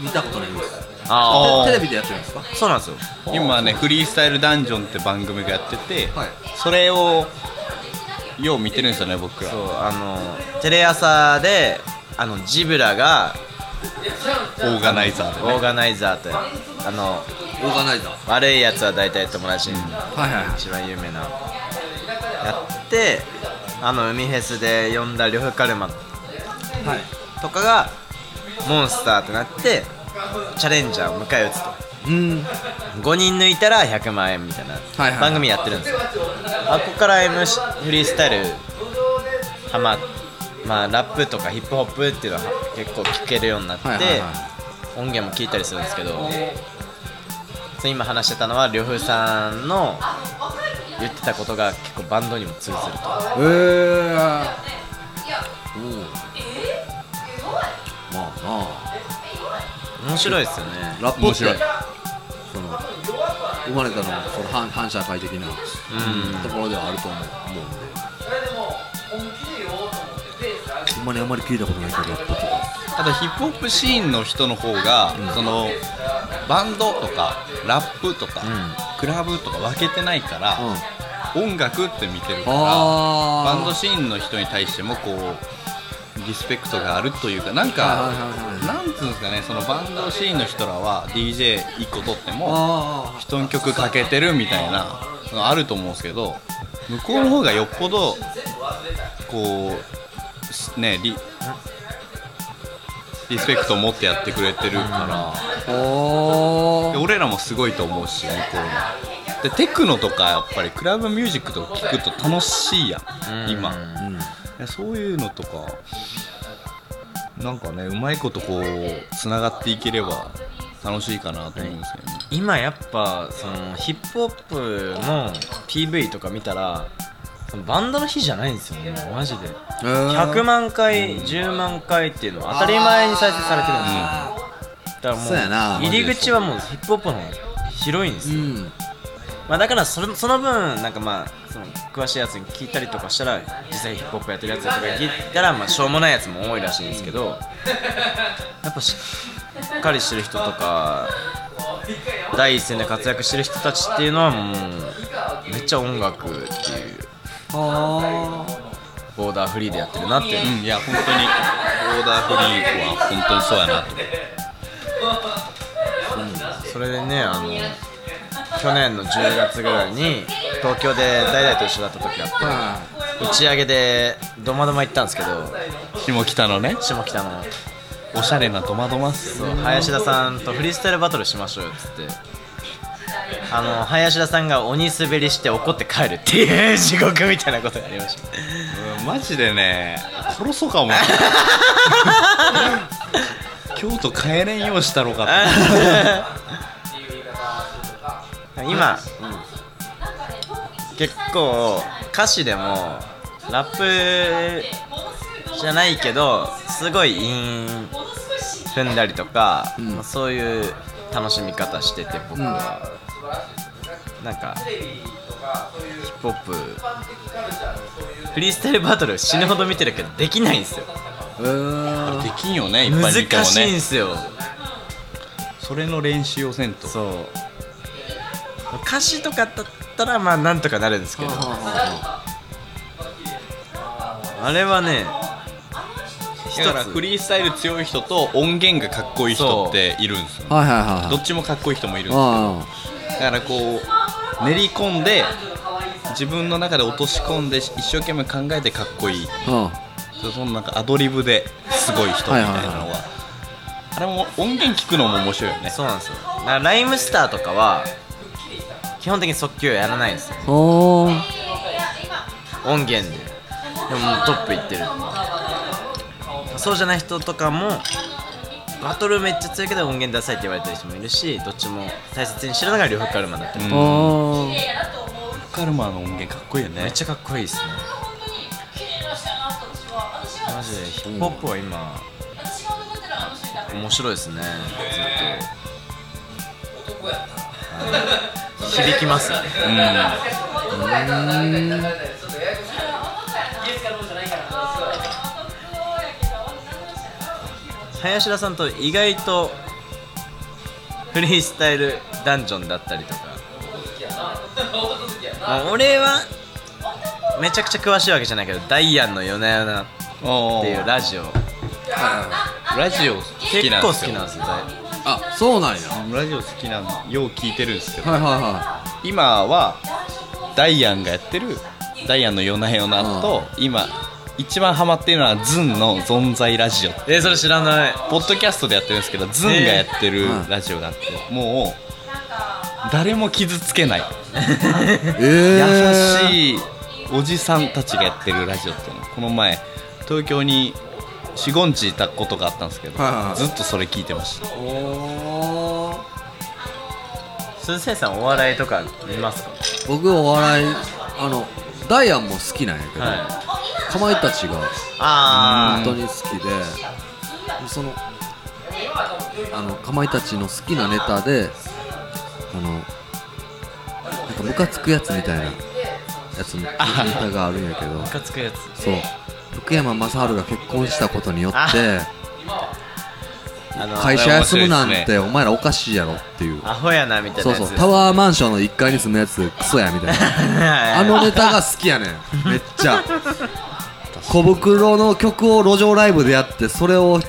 S2: 見たことないです
S1: あー
S2: テレビでやってるんですか
S3: そうなんですよ
S1: 今ね「フリースタイルダンジョン」って番組がやってて、
S2: はい
S1: それをよう見てるんですよね僕ら
S3: そうあのテレ朝であのジブラが
S1: オーガナイザーで
S3: オ
S1: ね
S3: ーガナイザーとあの
S2: オーガナイザー
S3: 悪いやつは大体友達に
S2: はいはいはい
S3: 一番有名なやってあの海フェスで呼んだ呂布カルマ
S2: はい
S3: とかがモンスターとなってチャレンジャーを迎え撃つと
S2: うん
S3: 5人抜いたら100万円みたい
S2: はいは
S3: ない番組やってるんですよ、あここから M フリースタイルはままあラップとかヒップホップっていうのは結構聞けるようになって、
S2: はいはいはい
S3: 音源も聞いたりするんですけどそう今話してたのは呂布さんの言ってたことが結構バンドにも通ずると
S2: えー、おおまあ
S3: 面白いですよね
S2: なあラップ
S1: 面
S2: って
S1: 白い
S2: その生まれたのはその反反社会的なところではあると思う思うんでほんまにあんまり聞いたことないけどラップとか
S1: あとヒップホップシーンの人の方が、そのバンドとかラップとか、
S3: ん
S1: クラブとか分けてないから、
S2: うん
S1: 音楽って見てるから
S2: あ
S1: バ
S2: ー
S1: ンドシーンの人に対してもこうリスペクトがあるというかなん
S2: は
S1: か
S2: いはいはいはい
S1: なんつうんですかねそのバンドシーンの人らは DJ1 個取っても
S2: あー
S1: 人の曲かけてるみたいなのあると思うんですけど向こうの方がよっぽどこうすねリリスペクトを持ってやってくれてるか
S2: お
S1: らで
S2: ー
S1: 俺らもすごいと思うし向こうのでテクノとかやっぱりクラブミュージックとか聞くと楽しいやん今
S2: うん
S1: でそういうのとかなんかねうまいことこうつながっていければ楽しいかなと思うんですよね
S3: 今やっぱそのヒップホップの PV とか見たらそのバンドの日じゃないんですよねマジで
S2: えー
S3: 100万回、10万回っていうのは当たり前に再生されてるん
S2: あ
S3: ですよだからも
S2: そうやな
S3: う入り口はもうヒップホップの方が広いんで
S2: ー
S3: す
S2: う
S3: よ、
S2: ん
S3: まあ、だからそれその分なんかまあその詳しいやつに聞いたりとかしたら実際ヒップホップやってるやつとか聞いたらまあしょうもないやつも多いらしいんですけどやっぱしっかりしてる人とか第一線で活躍してる人たちっていうのはもうめっちゃ音楽っていう
S2: あ
S3: ボーダーフリーでやってるなっていう、
S1: うん、いや本当にオーダーフリーは本当にそうやなと
S3: それでねあの去年の10月ぐらいに東京で大々と一緒だった時が
S2: ー
S3: あ
S2: は
S3: って打ち上げでドマドマ行ったんですけど
S1: 下北のね
S3: 下北の
S1: おしゃれなトマトマス
S3: そう林田さんとフリースタイルバトルしましょうよっつってあの林田さんが鬼滑りして怒って帰るっていう地獄みたいなことがありました [laughs]
S1: マジでね殺そう [laughs] かも京都帰れんようしたろかっ
S3: 今、結構歌詞でもラップじゃないけどすごい韻踏んだりとか、
S2: ん
S3: まあそういう楽しみ方してて僕は、なんかヒップホップフリースタイルバトル死ぬほど見てるけどできないんですよ
S2: いえー
S1: [laughs] たできんよね一般に行って
S3: 難
S1: も
S3: しいんで
S1: ね
S3: すよ
S1: それの練習をせんと
S3: そう歌詞とかだったらまあなんとかなるんですけど
S2: はあはあはあ
S3: あれはね
S1: だからフリースタイル強い人と音源がかっこいい人っているんですよ
S2: はいはいはい
S1: どっちもかっこいい人もいるんです
S2: あ
S1: だからこう練り込んで自分の中で落とし込んで一生懸命考えてかっこいい
S2: あうん
S1: そのなんかアドリブですごい人みたいなの
S2: はいはい
S1: はあれも音源聞くのも面白いよね
S3: そうなんですよだからライムスターとかは基本的に即興やらないんですよ
S2: おー
S3: 音源ででももうトップいってるそうじゃない人とかもバトルめっちゃ強いけど音源ダサいって言われてる人もいるしどっちも大切にしながら両方カルマだって、
S1: うん
S2: おー
S1: カルマの音源かっこいいよね
S3: めっちゃかっこいいですねマジでヒップホップは今、面白いですねずっとはい響きますね林田さんと意外とフリースタイルダンジョンだったりとかまあ俺はめちゃくちゃ詳しいわけじゃないけどダイアンの夜な夜なっ
S1: おー
S3: ていうラジオ
S1: ラジオ好
S3: 結
S1: きなん
S3: 構
S1: で
S3: 好
S1: す
S3: き
S1: よ
S3: なんですよダイ
S2: あそうなんやは
S1: ラジオ好きなんでよう聞いてるんですけ
S2: い
S1: ど
S2: はいは
S1: 今はダイアンがやってるダイアンの「夜な夜な」と今一番ハマってるのはズンの「存在ラジオ」
S3: えーそれ知らない
S1: ポッドキャストでやってるんですけどズンがやってるラジオがあってもう誰も傷つけない
S2: い
S1: 優
S2: え
S1: しいおじさんたちがやってるラジオっていうのこの前東京に45日いたことがあったんですけど
S2: はいはいはい
S1: ずっとそれ聞いてました
S2: ーおー
S3: 鈴先さんお笑いとか見ますか
S2: 僕お笑いあのダイアンも好きなんやけど、
S3: はい
S2: かまいたちが
S3: あ
S2: 本当に好きで、そのあのかまいたちの好きなネタであのなんかムカつくやつみたいなやつのネタがあるんやけど
S3: あムカつくやつ
S2: そう福山雅治が結婚したことによ
S3: あ
S2: って
S3: あの
S2: 会社休むな
S1: あ
S2: ん
S1: れ面白い
S2: てお前らおかしいやろっていう
S3: アホやなみたいな
S2: そう
S3: やつ
S2: そうタ
S3: ワ
S2: ワーマンションの1階に住むやつクソやみたいなあ
S3: [laughs] あ
S2: のネタが好きやねんめっち
S3: [laughs]
S2: ゃ小袋の曲を路上ライブでやってそれを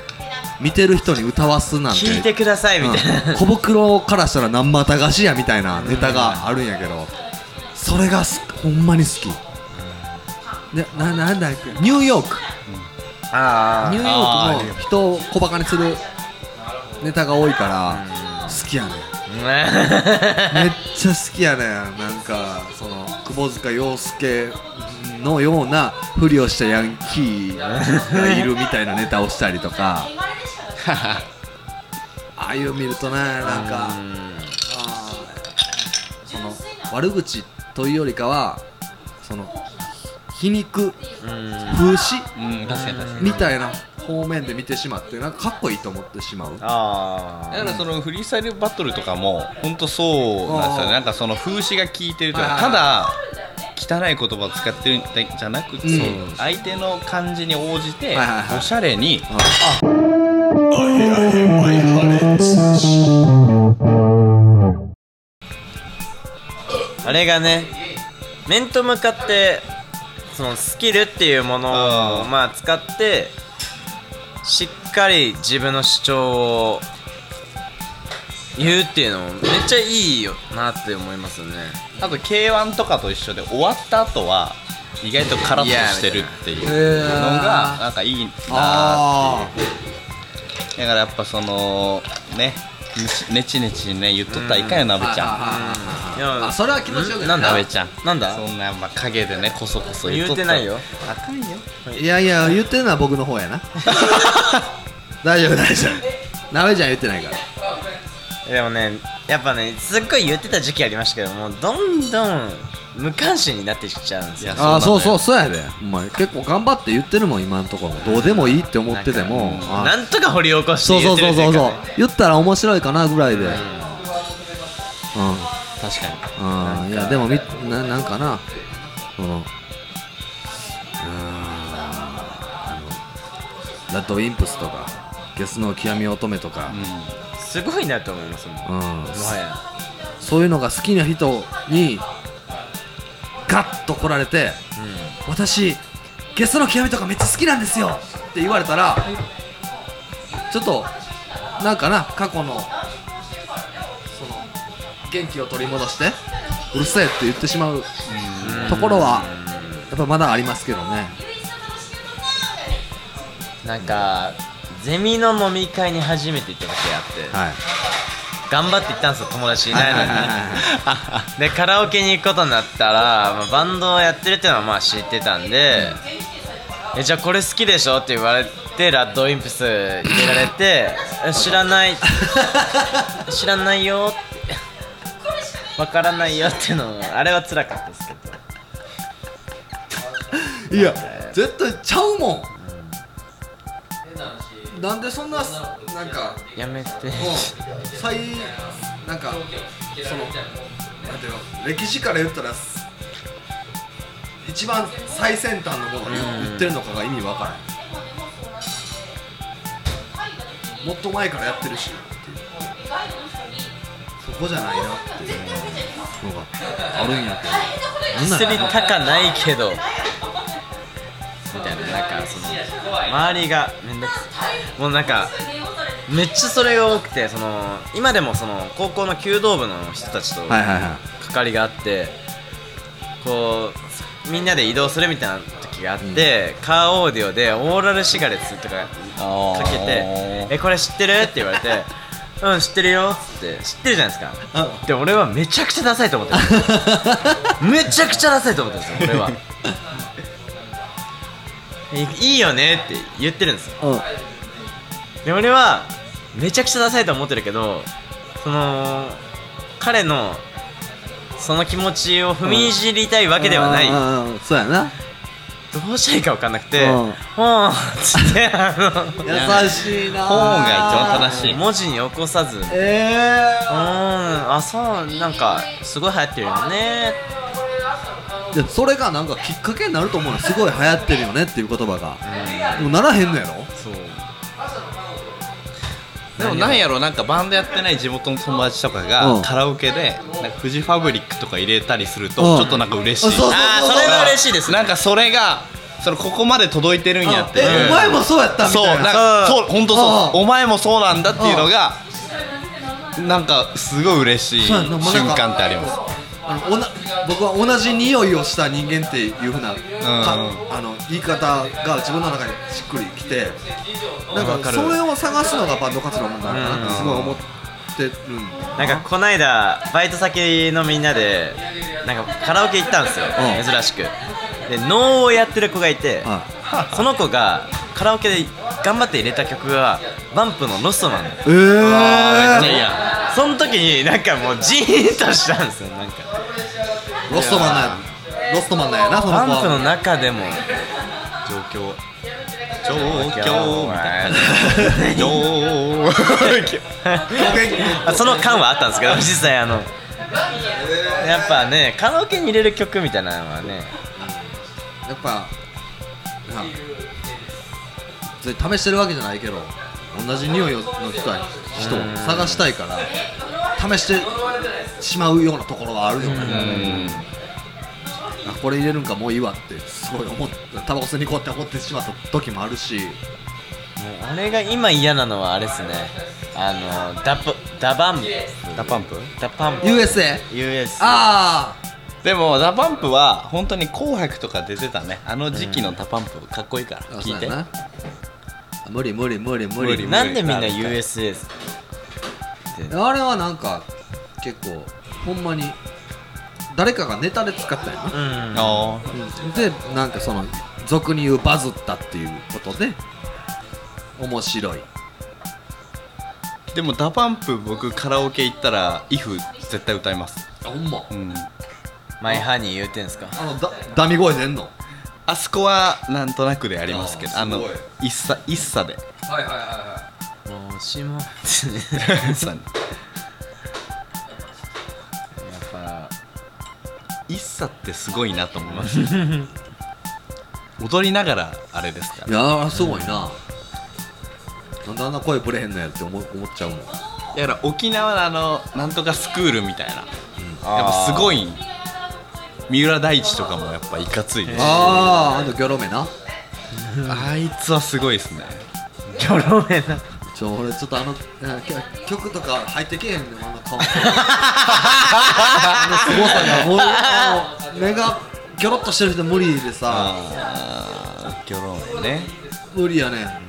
S2: 見てる人に歌わすなんて
S3: 聞いてくださいみたいな、
S2: うん小袋からしたら何またがしやみたいなネタがあるんやけどそれがすほんまに好きでななんだっけニューヨーク
S3: あ
S2: ニューヨ
S1: あ
S2: ークの人を小バカにするネタが多いから好きやねん
S3: [laughs] あ
S2: めっちゃ好きやねんなんかその窪塚洋介のようなふりをしたヤンキーがいるみたいなネタをしたりとかああいう見るとねなんかあーその悪口というよりかはその皮肉風刺
S1: うん確かに確かに
S2: みたいな方面で見てしまってなんかかっこいいと思ってしまう
S3: あ
S1: だからそのフリースタイルバトルとかも本当そうなんですよ
S2: あー
S1: ねなんかその風刺が効いてるというか
S2: はい
S1: ただ汚い言葉を使ってるんじゃなくて、
S2: うん
S1: そう相手の感じに応じて
S2: はいはいはい
S1: おしゃれに
S3: あれがね面と向かってそのスキルっていうものを
S1: あー
S3: まあ使ってしっかり自分の主張を言うっていうのもめっちゃいいよなって思いますよね
S1: あと k 1とかと一緒で終わった後は意外とカラッとしてるっていうのがなんかいいなーっていう
S2: あー
S1: だからやっぱそのねねちねちね言っとったらいかんよなべちゃ
S3: いや
S2: あそれは気持ちよくない
S3: なん
S1: ん
S3: だ
S1: なべちゃん
S3: なんだ
S1: そんなまあ陰でねこそこそ言っ
S3: 言
S1: と
S3: う
S1: った
S3: て
S1: ら
S3: ないよ
S1: あかんよ
S2: いやいや言ってるのは僕の方や [laughs] な大丈夫大丈夫なべちゃん言ってないから
S3: でもねやっぱねすっごい言ってた時期ありましたけどもうどんどん無関心になってきちゃうんですよ
S1: いや
S2: ああ
S1: そな
S2: そうう
S1: の
S2: そ
S1: よ
S2: うそうやでお前結構頑張って言ってるもん今のところどうでもいいって思っててもあ
S3: なんとか掘り起こして
S2: そう
S3: 言
S2: そ
S3: っ
S2: うそ
S3: てるっ
S2: う
S3: てい
S2: そうう
S3: か
S2: そ
S3: ね
S2: う言ったら面白いかなぐらいでうん
S1: 確かに
S2: うんいやでもみななんかなそのうーんあのラッドウィンプスとかゲスの極み乙女とか
S3: すごいなと思いますもんも
S2: うん
S3: はや
S2: そういうのが好きな人にガッと来られて、私ゲスの極みとかめっちゃ好きなんですよって言われたらちょっとなんかな過去のその元気を取り戻してうるせえって言ってしまうところはやっぱまだありますけどね
S3: なんかゼミの飲み会に初めて行った時があって、
S2: はい
S3: 頑張って行ったんですよ友達いない
S2: [laughs]
S3: のに
S2: はいはいはい
S3: でカラオケに行くことになったら、まあ、バンドをやってるっていうのはまあ知ってたんで、えじゃあこれ好きでしょって言われてラッドウィンプス入れられてえ知
S2: [laughs]
S3: らない知らないよってわからないよっていうのもあれは辛かったですけど
S2: いや絶対ちゃうもんなんでそんななんか
S3: やめて
S2: うん最なんかそのなんていうの歴史から言ったら一番最先端のことを言ってるのかが意味わからないもっと前からやってるしっていうそこじゃないなっていうのがあるんやけど
S3: 実
S2: なん
S3: に
S2: なら
S3: 高ないけどみたいななんかその周りがめんどくさいもうなんかめっちゃそれが多くてその今でもその高校の弓道部の人たちと
S2: はいはいはい
S3: 係があってこうみんなで移動するみたいな時があって、カーオーディオでオーラルシガレッツとかかけて「えこれ知ってる?」って言わ
S2: [laughs]
S3: れて「うん知ってるよ」って知ってるじゃないですかで俺はめちゃくちゃダサいと思ってる
S2: [laughs]
S3: めちゃくちゃダサいと思ってるんですよ俺はえいいよねって言ってるんですよで俺はめちゃくちゃダサいと思ってるけどその彼のその気持ちを踏みにじりたいわけではない、
S2: いそうやな
S3: どうしたらいいか分かんなくて「
S2: う
S3: うんん」っつってあ
S2: [laughs] 優しいな
S1: 本音が一番正しい
S3: の文字に起こさず「うん
S2: ええ
S3: あそうなんかすごい流行ってるよね
S2: でそれがなんかきっかけになると思うのすごい流行ってるよねっていう言葉が、でもならへんのやろ」
S3: そう
S1: でもなんやろなんかバンドやってない地元の友達とかが、
S2: うん
S1: カラオケでなんかフジファブリックとか入れたりすると、
S2: うん
S1: ちょっとなんか嬉しい、
S2: あそうそう
S3: ああそれは嬉しいですね
S1: なんかそれがそのここまで届いてるんやってい
S2: え
S1: う
S2: お前もそうやったみ
S1: そう
S2: た
S1: ないん
S2: な
S1: かそう本当そううお前もそうなんだっていうのがなんかすごい嬉しい
S2: そうや
S1: 瞬
S2: んなもうなんか
S1: 間ってあります
S2: あのおな僕は同じ匂いをした人間っていうふうな、かあの言い方が自分の中にしっくりきてな
S1: わ
S2: ん
S1: か
S2: か
S1: る
S2: それを探すのがバンド活動なんだなってすごい思ってるん
S3: なんかこないだバイト先のみんなでなんかカラオケ行ったんですよ、
S2: うん
S3: 珍しくで能をやってる子がいて、
S2: は
S3: その子がカラオケで頑張って入れた曲がバンプの「ロストなんだよ
S2: えー、
S1: いや
S3: その時になんかもうジーンとしたんですよなんか
S2: ロストマンなんやロストマンなんやなその子
S3: バンプの
S2: は
S3: 中でも
S1: 状況状況みたいな
S3: な
S1: 状況
S3: あその感はあったんですけど実際あのやっぱねカラオケに入れる曲みたいなのはね
S2: やっぱなそれ試してるわけじゃないけど同じ匂いの人は人を探したいから試してしまうようなところはあるよねあこれ入れるんかもういいわってすごい思ってタバコ吸いに行こうって思ってしまった時もあるし
S3: もう俺が今嫌なのはあれですねあのダプダバンプ
S1: ダパンプ
S3: ダパンプ
S2: USA
S3: US
S2: ああ
S1: でもダパンプは本当に紅白とか出てたねあの時期のダパンプかっこいいから聞いて
S2: そうやな無理無理無理無
S1: 無
S2: 理
S1: 理
S3: なんでみんな USA です
S2: あれはなんか結構ほんまに誰かがネタで使ったんやな
S3: うん
S1: あ
S2: でなんかその俗に言うバズったっていうことで面白い
S1: ーでもダパンプ僕カラオケ行ったら「IF」絶対歌います
S2: あほんま
S1: うん
S3: マイハニー言うてんすか
S2: あのだダミ声出んの
S1: あそこはなんとなくでありますけど
S2: あー
S1: あの
S2: すごい
S1: 一茶一茶で
S2: はいはいはいは
S3: もうしもやっ
S1: 一茶に
S3: ぱ
S1: 一茶ってすごいなと思います踊りながらあれですから
S2: いやーすごいな、なんであんな声ぶれへんのやって思思っちゃうの
S1: だから沖縄のあのなんとかスクールみたいなやっぱすごい三浦大知とかもやっぱいかついですし
S2: あああのギョロ目な
S1: あいつはすごいですね
S3: ギョロめな
S2: ちょ俺ちょっとあのなんか曲とか入ってけえへんねんあの [laughs] 顔あのすごさがもうあの目がギョロッとしてる人無理でさ
S1: あーギョロね
S2: 無理やね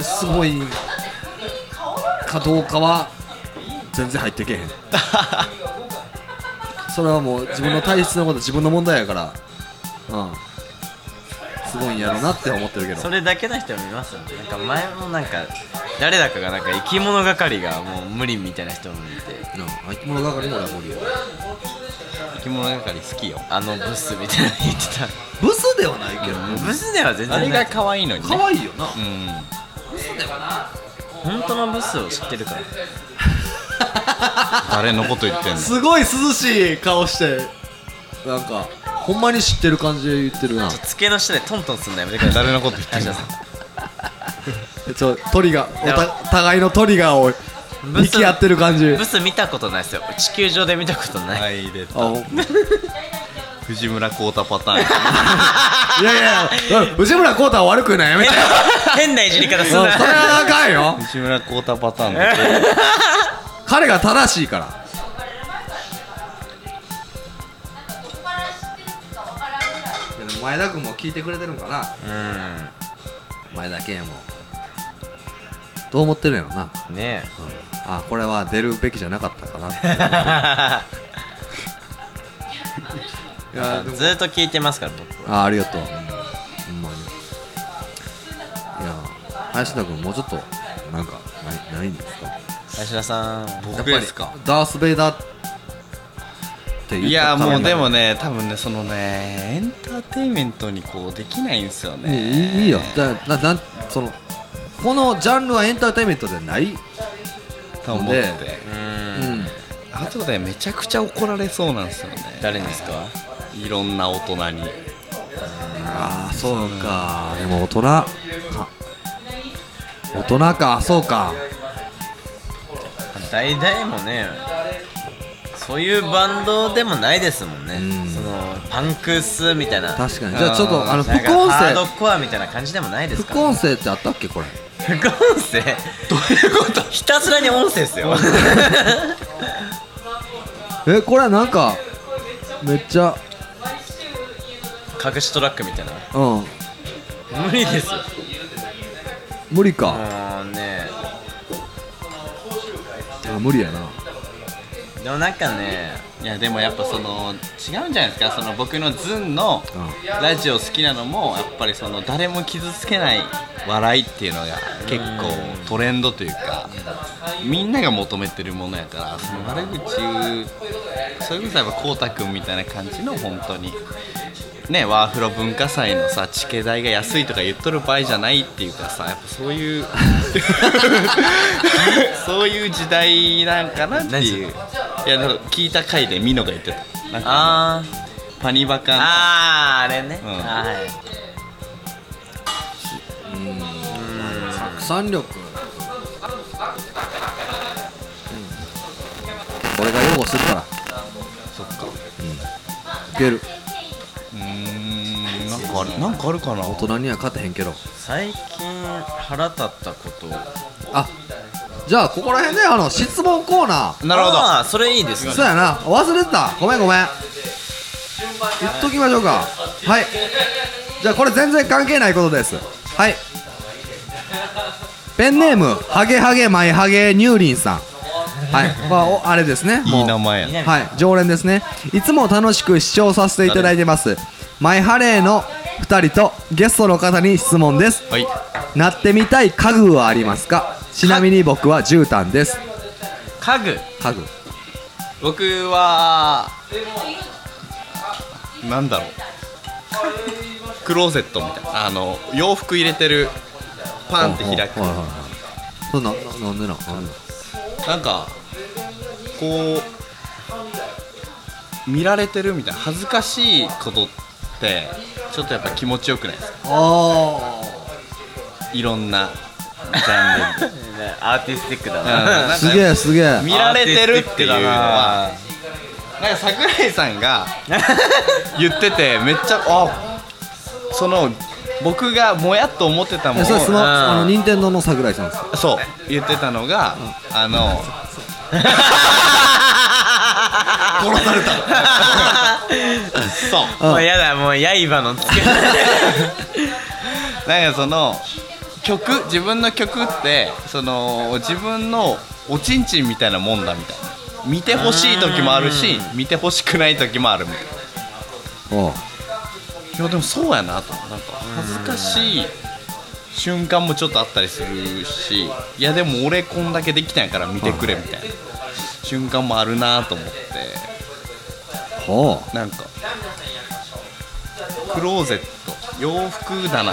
S2: すごいかどうかは全然入ってけ [laughs] へんそれはもう自分の体質のこと自分の問題やからうんすごいんやろなって思ってるけど
S3: それだけの人もいますよねなんか前もなんか誰だかがなんか生き物係がもう無理みたいな人もいて
S2: うん生き物係も俺は無理よ
S1: 生き物係好きよ
S3: あのブスみたいなの言って
S2: ブスではないけど
S3: たブスでは全
S1: あれ
S3: 然
S1: が
S3: ない
S1: 可愛いのにね
S2: 可愛いよな
S1: うん
S3: 本当のブスを知ってるから
S1: 誰のこと言ってんの
S2: すごい涼しい顔してなんかほんまに知ってる感じで言ってるな
S3: 机の下でトントンすんのやめてください
S1: 誰のこと言ってんの
S3: 林田さん
S2: ちょトリガーお
S3: い
S2: た
S3: や
S2: 互いのトリガーを
S3: ブス
S2: 引き合ってる感じ
S3: ブス見たことないですよ地球上で見たことない、
S1: はい入れ
S2: あ
S1: た
S2: ほん
S1: 藤村浩太パターン
S2: いやいやいやうん内村光太は悪くないやめてうん
S3: [laughs] 変ないじり方すん
S2: それ
S3: な
S2: はあかんよ
S1: 藤村浩太パターンだけ
S2: 彼が正しいから前田君も聞いてくれてるんかな前田健もどう思ってるんやろな
S3: うんね
S2: あこれは出るべきじゃなかったかな [laughs] い
S3: え
S2: やでも
S3: ずっと聞いてますから僕は
S2: あありがとうほんまにいや林田君もうちょっとなんかないないんですか
S3: 林田さん
S1: ど
S2: やっ
S1: 僕
S2: ぱり
S1: ですか
S2: ダース・ベイダーって言
S1: いや
S2: ったから
S1: もうでもね多分ねそのねエンターテインメントにこうできないんですよね
S2: いいいいよだななんそのこのジャンルはエンターテインメントじゃない、うん、
S1: と思って
S2: で
S3: うん
S1: あとでめちゃくちゃ怒られそうなんですよね
S3: 誰ですか
S1: いろんな大人に
S2: ああそうかでも大人か大人かそうか
S3: 大々もねそういうバンドでもないですもんね、
S2: うん
S3: そのパンクスみたいな
S2: 確かにじゃあちょっとあの
S3: なん
S2: 副
S3: か
S2: 音
S3: ハード
S2: 声
S3: コアみたいな感じでもないですか
S2: 副
S3: ら
S2: 音声ってあったっけこれ
S3: 副音声どういうことひたすらに音声ですよ
S2: えこれはなんかめっちゃ
S3: [laughs] 隠しトラックみたいな
S2: うん
S3: 無理ですよ
S2: 無理か、
S3: もうね
S2: あ無理やな
S3: でもなんかね
S1: いやでもやっぱその違うんじゃないですかその僕のズンの
S2: う
S1: ラジオ好きなのもやっぱりその誰も傷つけない笑いっていうのが結構トレンドというかみんなが求めてるものやからその悪口言うそれこそやっぱこうたくんみたいな感じの本当にねワーフロ文化祭のさ地形代が安いとか言っとる場合じゃないっていうかさやっぱそういう
S3: [laughs]
S1: そういう時代なんかなっていういやだから聞いた回でミノが言ってたなんか
S3: あー
S1: パニバカン
S3: あーあれね、
S1: うん
S3: はい
S2: 拡散力、俺が擁護するから
S1: そっか
S2: いける
S1: うーんなんかあるなんかあるかな
S2: 大人には勝てへんけど
S3: 最近腹立ったこと
S2: あじゃあここら辺であの質問コーナー
S1: なるほど
S3: あーそれいいですね
S2: そうやな忘れてたごめんごめん言っときましょうかはいじゃあこれ全然関係ないことですはいペンネームハゲハゲマイハゲニューリンさんはい、まあ、おあれですねも
S1: い
S2: う
S1: い名前やな
S2: はい、常連ですね。いつも楽しく視聴させていただいてます。マイハレーの2人とゲストの方に質問です。
S1: はい
S2: なってみたい家具はありますかちなみに僕は絨毯です。
S3: 家具
S2: 家具。
S1: 僕はなんだろうクローゼットみたいなあの洋服入れてるパンって開く
S2: はいはいはいそんな、ななんでなんなんで
S1: なんかこう見られてるみたいな恥ずかしいことってちょっとやっぱ気持ちよくないですか
S2: あ
S1: いろんなジャンルで
S3: アーティスティックだ
S1: な
S3: [laughs]
S2: [laughs]
S3: な
S2: すげえすげえ。
S1: 見られてるっていうのは [laughs] なんか桜井さんが言っててめっちゃあその僕がもやっと思ってたもの
S2: えそれその、
S3: うん
S2: あの任天堂の桜井さんです
S1: そう言ってたのが、あの殺された [laughs] そう [laughs]
S3: もうやだもう刃のつけ
S1: なんかその曲自分の曲ってその自分のおちんちんみたいなもんだみたいな見てほしい時もあるし見てほしくない時もあるみたいな
S2: おう
S1: いやでもそうやなとなんか恥ずかしい瞬間もちょっとあったりするしいやでも俺こんだけできたんやから見てくれみたいな瞬間もあるなと思って
S2: おう
S1: なんかクローゼット洋服棚みたいな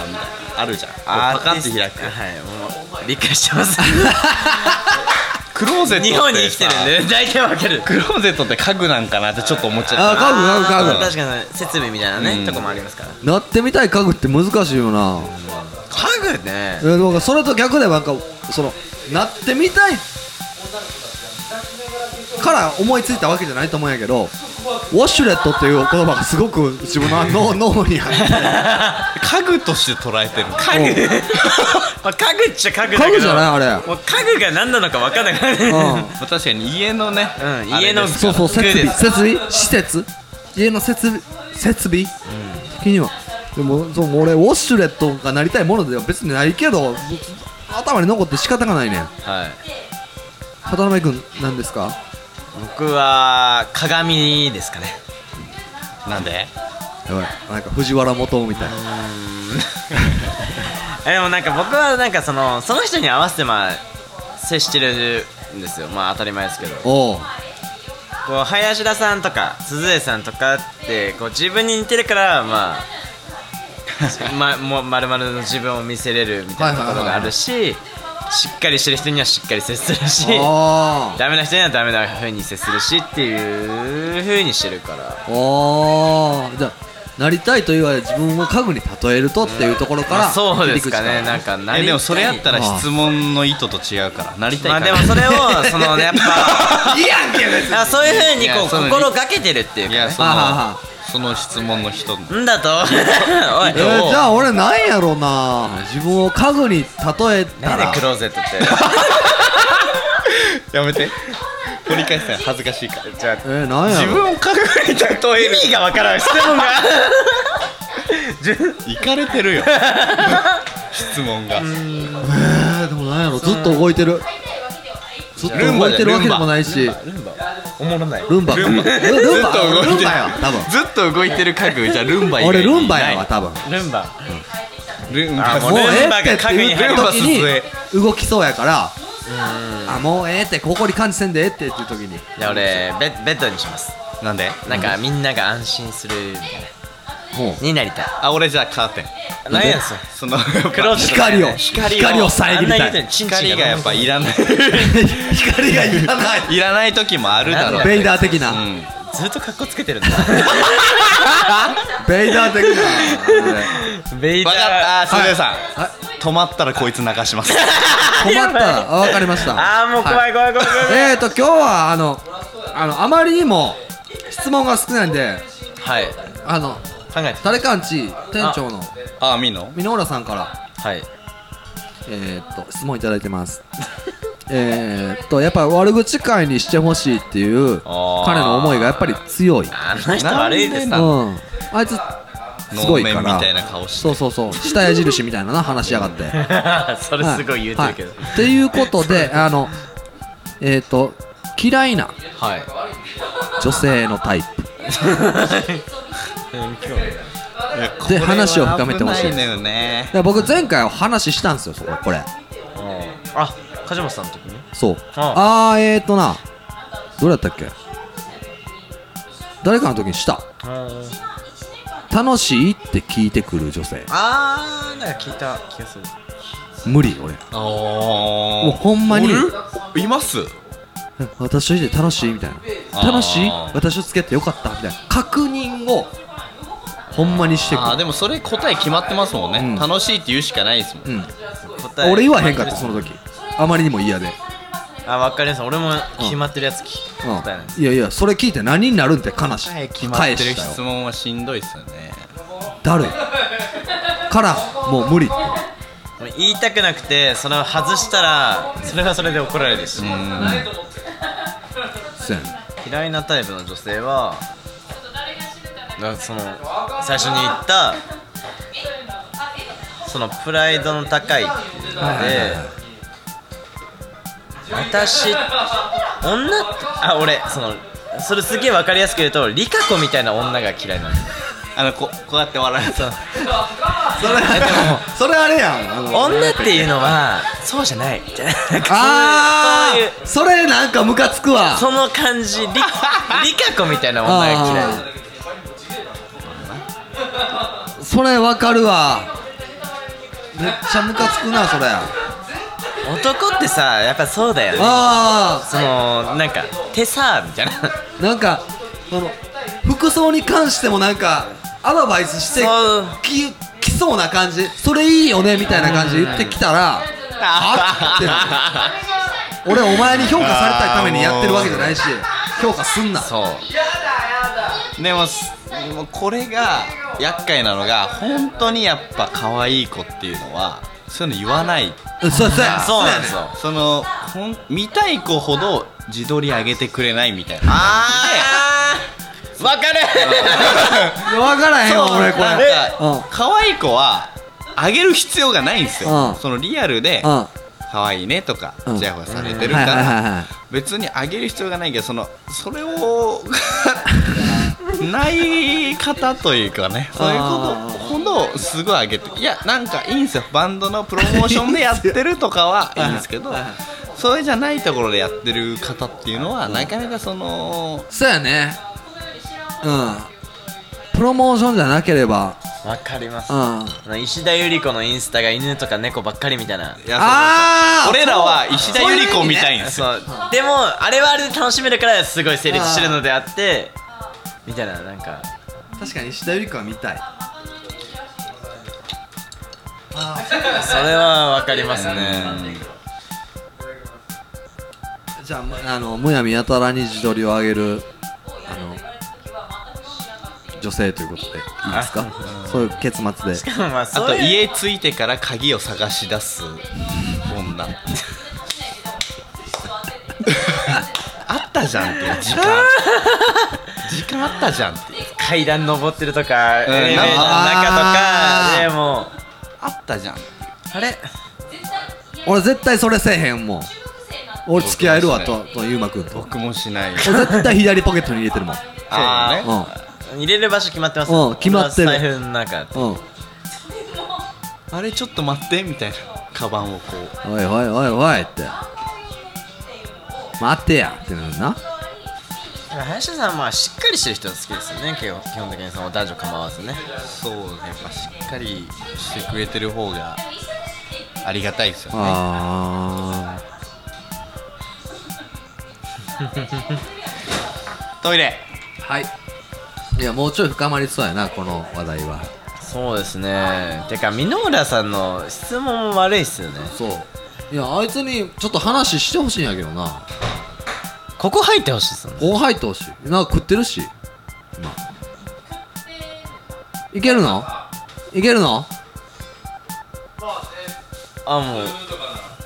S1: あるじゃん
S3: あ
S1: パ
S3: ー
S1: カッて開く
S3: はいもう理解し
S1: [laughs]
S3: てます
S1: クローゼットって
S3: 日
S1: さ
S3: 本に生きてるんで大体わかる
S1: クローゼットって家具なんかなってちょっと思っちゃ
S2: あ
S1: っ
S2: 家具家具家具
S3: あー確かに設備みたいなね、
S1: うん
S3: とこもありますから
S2: なってみたい家具って難しいよな
S3: 家具
S2: え
S3: ね
S2: なんかそれと逆でなんかそのなってみたいから思いついたわけじゃないと思うんやけどウォッシュレットっていう言葉がすごく自分の脳脳に [laughs] 入って
S1: た家具として捉えてる
S3: [laughs] 家具 [laughs] まあ家具っちゃ家具だけど
S2: 家具じゃないあれ
S3: もう家具が何なのか分かんなくなる
S2: うん
S1: [laughs] まあ確かに家のね、
S3: うん
S1: あれ
S3: 家の
S1: です
S2: そうそう設備
S3: グーです
S2: 設備施設家の設備設備、的にはでもそうもう俺ウォッシュレットがなりたいものでは別にないけど頭に残って仕方がないねん
S3: はい
S2: 渡辺君何ですか
S3: 僕は鏡ですかね
S1: なんで
S2: やばいなんか藤原元雄みたいな
S3: えでもなんか僕はなんかそのその人に合わせてまあ接してるんですよまあ当たり前ですけど
S2: おう
S3: こう林田さんとか鈴江さんとかってこう自分に似てるからまあまもう丸々の自分を見せれるみたいなところがあるししっかりしてる人にはしっかり接するし
S2: あ
S3: ダメな人にはダメな風に接するしっていう風にしてるから
S2: あああじゃあなりたいと言われ自分を家具に例えるとっていうところか
S3: ま
S2: ら
S3: あそうですか
S2: 切
S3: ね
S2: り口
S3: なんかな
S1: え
S3: りたい
S1: でもそれやったら
S2: ああ
S1: 質問の意図と違うからなりたい
S3: ま
S1: か
S3: あ
S1: ら
S3: でもそれをそのねやっぱ [laughs] いやんけ別にそういう風に
S1: い
S3: こ
S1: や
S3: う
S1: その
S3: 心がけてるっていう
S1: い
S3: か
S1: や
S3: ね
S1: その
S2: あああ
S1: その質問の人の
S3: んだと [laughs] おい
S2: えーじゃあ俺なんやろうな自分を家具に例えた
S3: 何
S2: ら
S3: でクローゼットって
S1: [laughs] やめて取り返すの恥ずかしいからじゃ
S2: えー、なんやろ
S1: 自分を家具に例える
S3: 意味がわからん質
S1: [laughs]
S3: 問が
S1: いかれてるよ質問が
S2: えー、でもなんやろずっと動いてるずっと動いてるわけでもないし
S3: ルンバおもろない
S2: ルンバルンバルンバル
S1: ずっと
S2: ンバ
S1: 動いてる
S2: ルンバよ多分
S1: ずっと動いてる家具じゃあルンバ以外
S2: 俺
S1: にいない
S2: ルンバやわ多分
S3: ルンバ
S1: ルンバ
S3: あもう
S2: もうええ
S3: ルンバ
S2: っ
S3: が
S2: てって
S3: 家具に
S2: 言っ
S3: 入
S1: る
S2: た時
S1: ルンバ
S2: に動きそうやからあもうええってここに感じせんでええってっていう時に
S3: じゃあ俺ベベッドにします
S1: なんで
S3: なんかみんなが安心するみたい
S2: ほう
S3: なになりたい
S1: あ俺じゃあカーテン
S3: 何やそれ
S1: その
S3: 黒字
S2: 光を
S3: 光を
S2: 光を遮りたい
S3: あんな言うてんのチンチン
S1: 光がやっぱいらない
S2: [laughs] 光がいらない
S1: いらない時もあるだろう
S2: ベイダー的な、
S1: うん
S3: ずっと格好つけてるんだ
S2: ベイダー的な
S3: [laughs] ベイダ
S1: 分
S3: ー
S1: かったあ鈴江さん
S2: はい
S1: 止まったらこいつ流します
S2: 困ったらあわかりました
S3: あーもう怖い怖い怖い怖い
S2: えーと今日はあのあのあまりにも質問が少ないんで
S3: はい
S2: あの
S3: 考えて
S2: 誰かんち店長の
S1: あ見んの
S2: 箕浦さんから
S3: はい
S2: えーっと質問いただいてます [laughs] えーっとやっぱ悪口会にしてほしいっていう
S1: あー
S2: 彼の思いがやっぱり強い
S3: あの人悪いです
S2: う
S1: なんで
S2: あいつすごいから
S1: 能面みたいな顔して
S2: そうそうそう下矢印みたいなな話しやが
S3: [laughs]
S2: って
S3: [laughs] それすごい言うてるけど
S2: はいはいっていうこと
S3: [laughs]
S2: であのえーっと嫌いな
S3: はい、
S2: 女性のタイプ
S1: いやこ
S2: で
S1: れは
S2: 話を深めてほしい
S1: 危ないのよね
S2: いや僕前回お話ししたんですよそここれ
S3: あ梶本さんの時に
S2: そう
S3: あ
S2: あーえーっとなどれやったっけ誰かの時にした楽しいって聞いてくる女性
S3: あーなんか聞いた気がする
S2: 無理俺
S1: お
S2: もう
S1: お
S2: ほんまに
S1: います
S2: 私といて楽しいみたい
S1: あ
S2: な
S1: ー
S2: 楽しい私と付き合ってよかったみたいな確認をほんまにしてく
S1: あーでもそれ答え決まってますもんね、
S2: うん
S1: 楽しいって言うしかないですもん、
S2: る、う
S3: 答
S2: ん、
S3: え
S2: 俺言わへんかったその時あまりにも嫌で、う
S3: あわかります俺も決まってるやつき、答えないです
S2: ん、いやいやそれ聞いて何になるんって悲しい
S1: 決まっ
S2: 返
S1: てる
S2: した
S1: 質
S2: よ
S1: 問はしんどいっすよね
S2: だるいからもう無理
S3: もう言いたくなくてその外したらそれはそれで怒られるし、
S2: そうやね
S3: 嫌いなタイプの女性はなその最初に言ったそのプライドの高いっていうので、私女あ俺そのそれすげえ分かりやすく言うとリカ子みたいな女が嫌いなんです
S1: あのここうやって笑うと
S2: それそれあれやんあの
S3: 女っていうのはそうじゃないみたいななんか
S2: あ
S3: そういう
S2: あそれなんかムカつくわ
S3: その感じリ [laughs] リカ子みたいな女が嫌い
S2: あーそれわかるわめっちゃムカつくなそれあ
S3: 男ってさやっぱそうだよね
S2: あ
S3: そのなんか手さみたいな [laughs]
S2: なんかその服装に関してもなんかアドバイスして
S3: そう
S2: ききそうな感じそれいいよねみたいな感じで言ってきたらあって
S1: [laughs]
S2: なる俺お前に評価されたいためにやってるわけじゃないし評価すんな
S3: そう
S1: でもすもうこれが厄介なのが本当にやっぱ可愛い子っていうのはそういうの言わない
S2: うんそうそうや
S3: そうなんですよ
S1: そのほん見たい子ほど自撮り上げてくれないみたいな
S3: あー
S1: [laughs]
S3: わかる
S2: 分からへんわ俺こ
S1: なん
S2: れうん
S1: か可愛い子は上げる必要がないんですよ、
S2: うん
S1: そのリアルで
S2: うん
S1: 可愛いねとか
S2: うん
S1: ちやほやされて
S2: はい
S1: る
S2: は
S1: か
S2: いはい
S1: ら
S2: はい
S1: 別に上げる必要がないけどそのそれをない方というかねそういうことほどすごい上げていやなんかいいんですよバンドのプロモーションでやってるとかはいいんですけど
S2: はいはい
S1: それじゃないところでやってる方っていうのはなかなかその
S2: そうやねうんプロモーションじゃなければ
S3: わかります
S2: うんあ
S3: あの石田ゆり子のインスタが犬とか猫ばっかりみたいな
S1: 優しさ
S2: あー
S1: 俺らは石田ゆり子みたいんですよ
S3: そうでもあれはあれで楽しめるからすごい成立してるのであってみたいななんか
S2: 確かに石田ゆり子は見たい
S3: それはわかりますね
S2: じゃあむあのむやみやたらに自撮りを上げるあの女性ということでいいですかそういう結末で
S3: し [laughs] かもまあ
S1: あ
S3: そ
S1: と
S3: ういう
S1: 家着いてから鍵を探し出す女 [laughs] あったじゃんっていう時間時間あったじゃんっていう
S3: 階段登ってるとか、
S1: うん
S3: エレベータ
S2: あ
S3: ーの
S2: ー
S3: 中とかでもう
S1: あったじゃん
S3: あれ
S2: 俺絶対それせえへんもん俺付き合えるわととゆうまくんと
S1: 僕もしない
S2: 俺絶対左ポケットに入れてるもん
S1: あ
S2: うん
S3: 入れる場所決まってます
S2: うん決まってる
S3: 財布の中
S2: うん
S1: あれちょっと待ってみたいなカバンをこう
S2: おいおいおいおいって待てやってなるな
S3: 林田さんはまあしっかりしてる人が好きですよね基本基本的にその男女構わずね
S1: そうねやっぱしっかりしてくれてる方がありがたいですよね
S2: あ
S1: トイレ
S2: ーはいいやもうちょい深まりそうやなこの話題は
S3: そうですねてか箕浦さんの質問も悪いっすよね
S2: そういやあいつにちょっと話してほしいんやけどな
S3: ここ入ってほしいっすよね
S2: 後輩ってほしいなんか食ってるし今いけるのいけるの
S3: あもう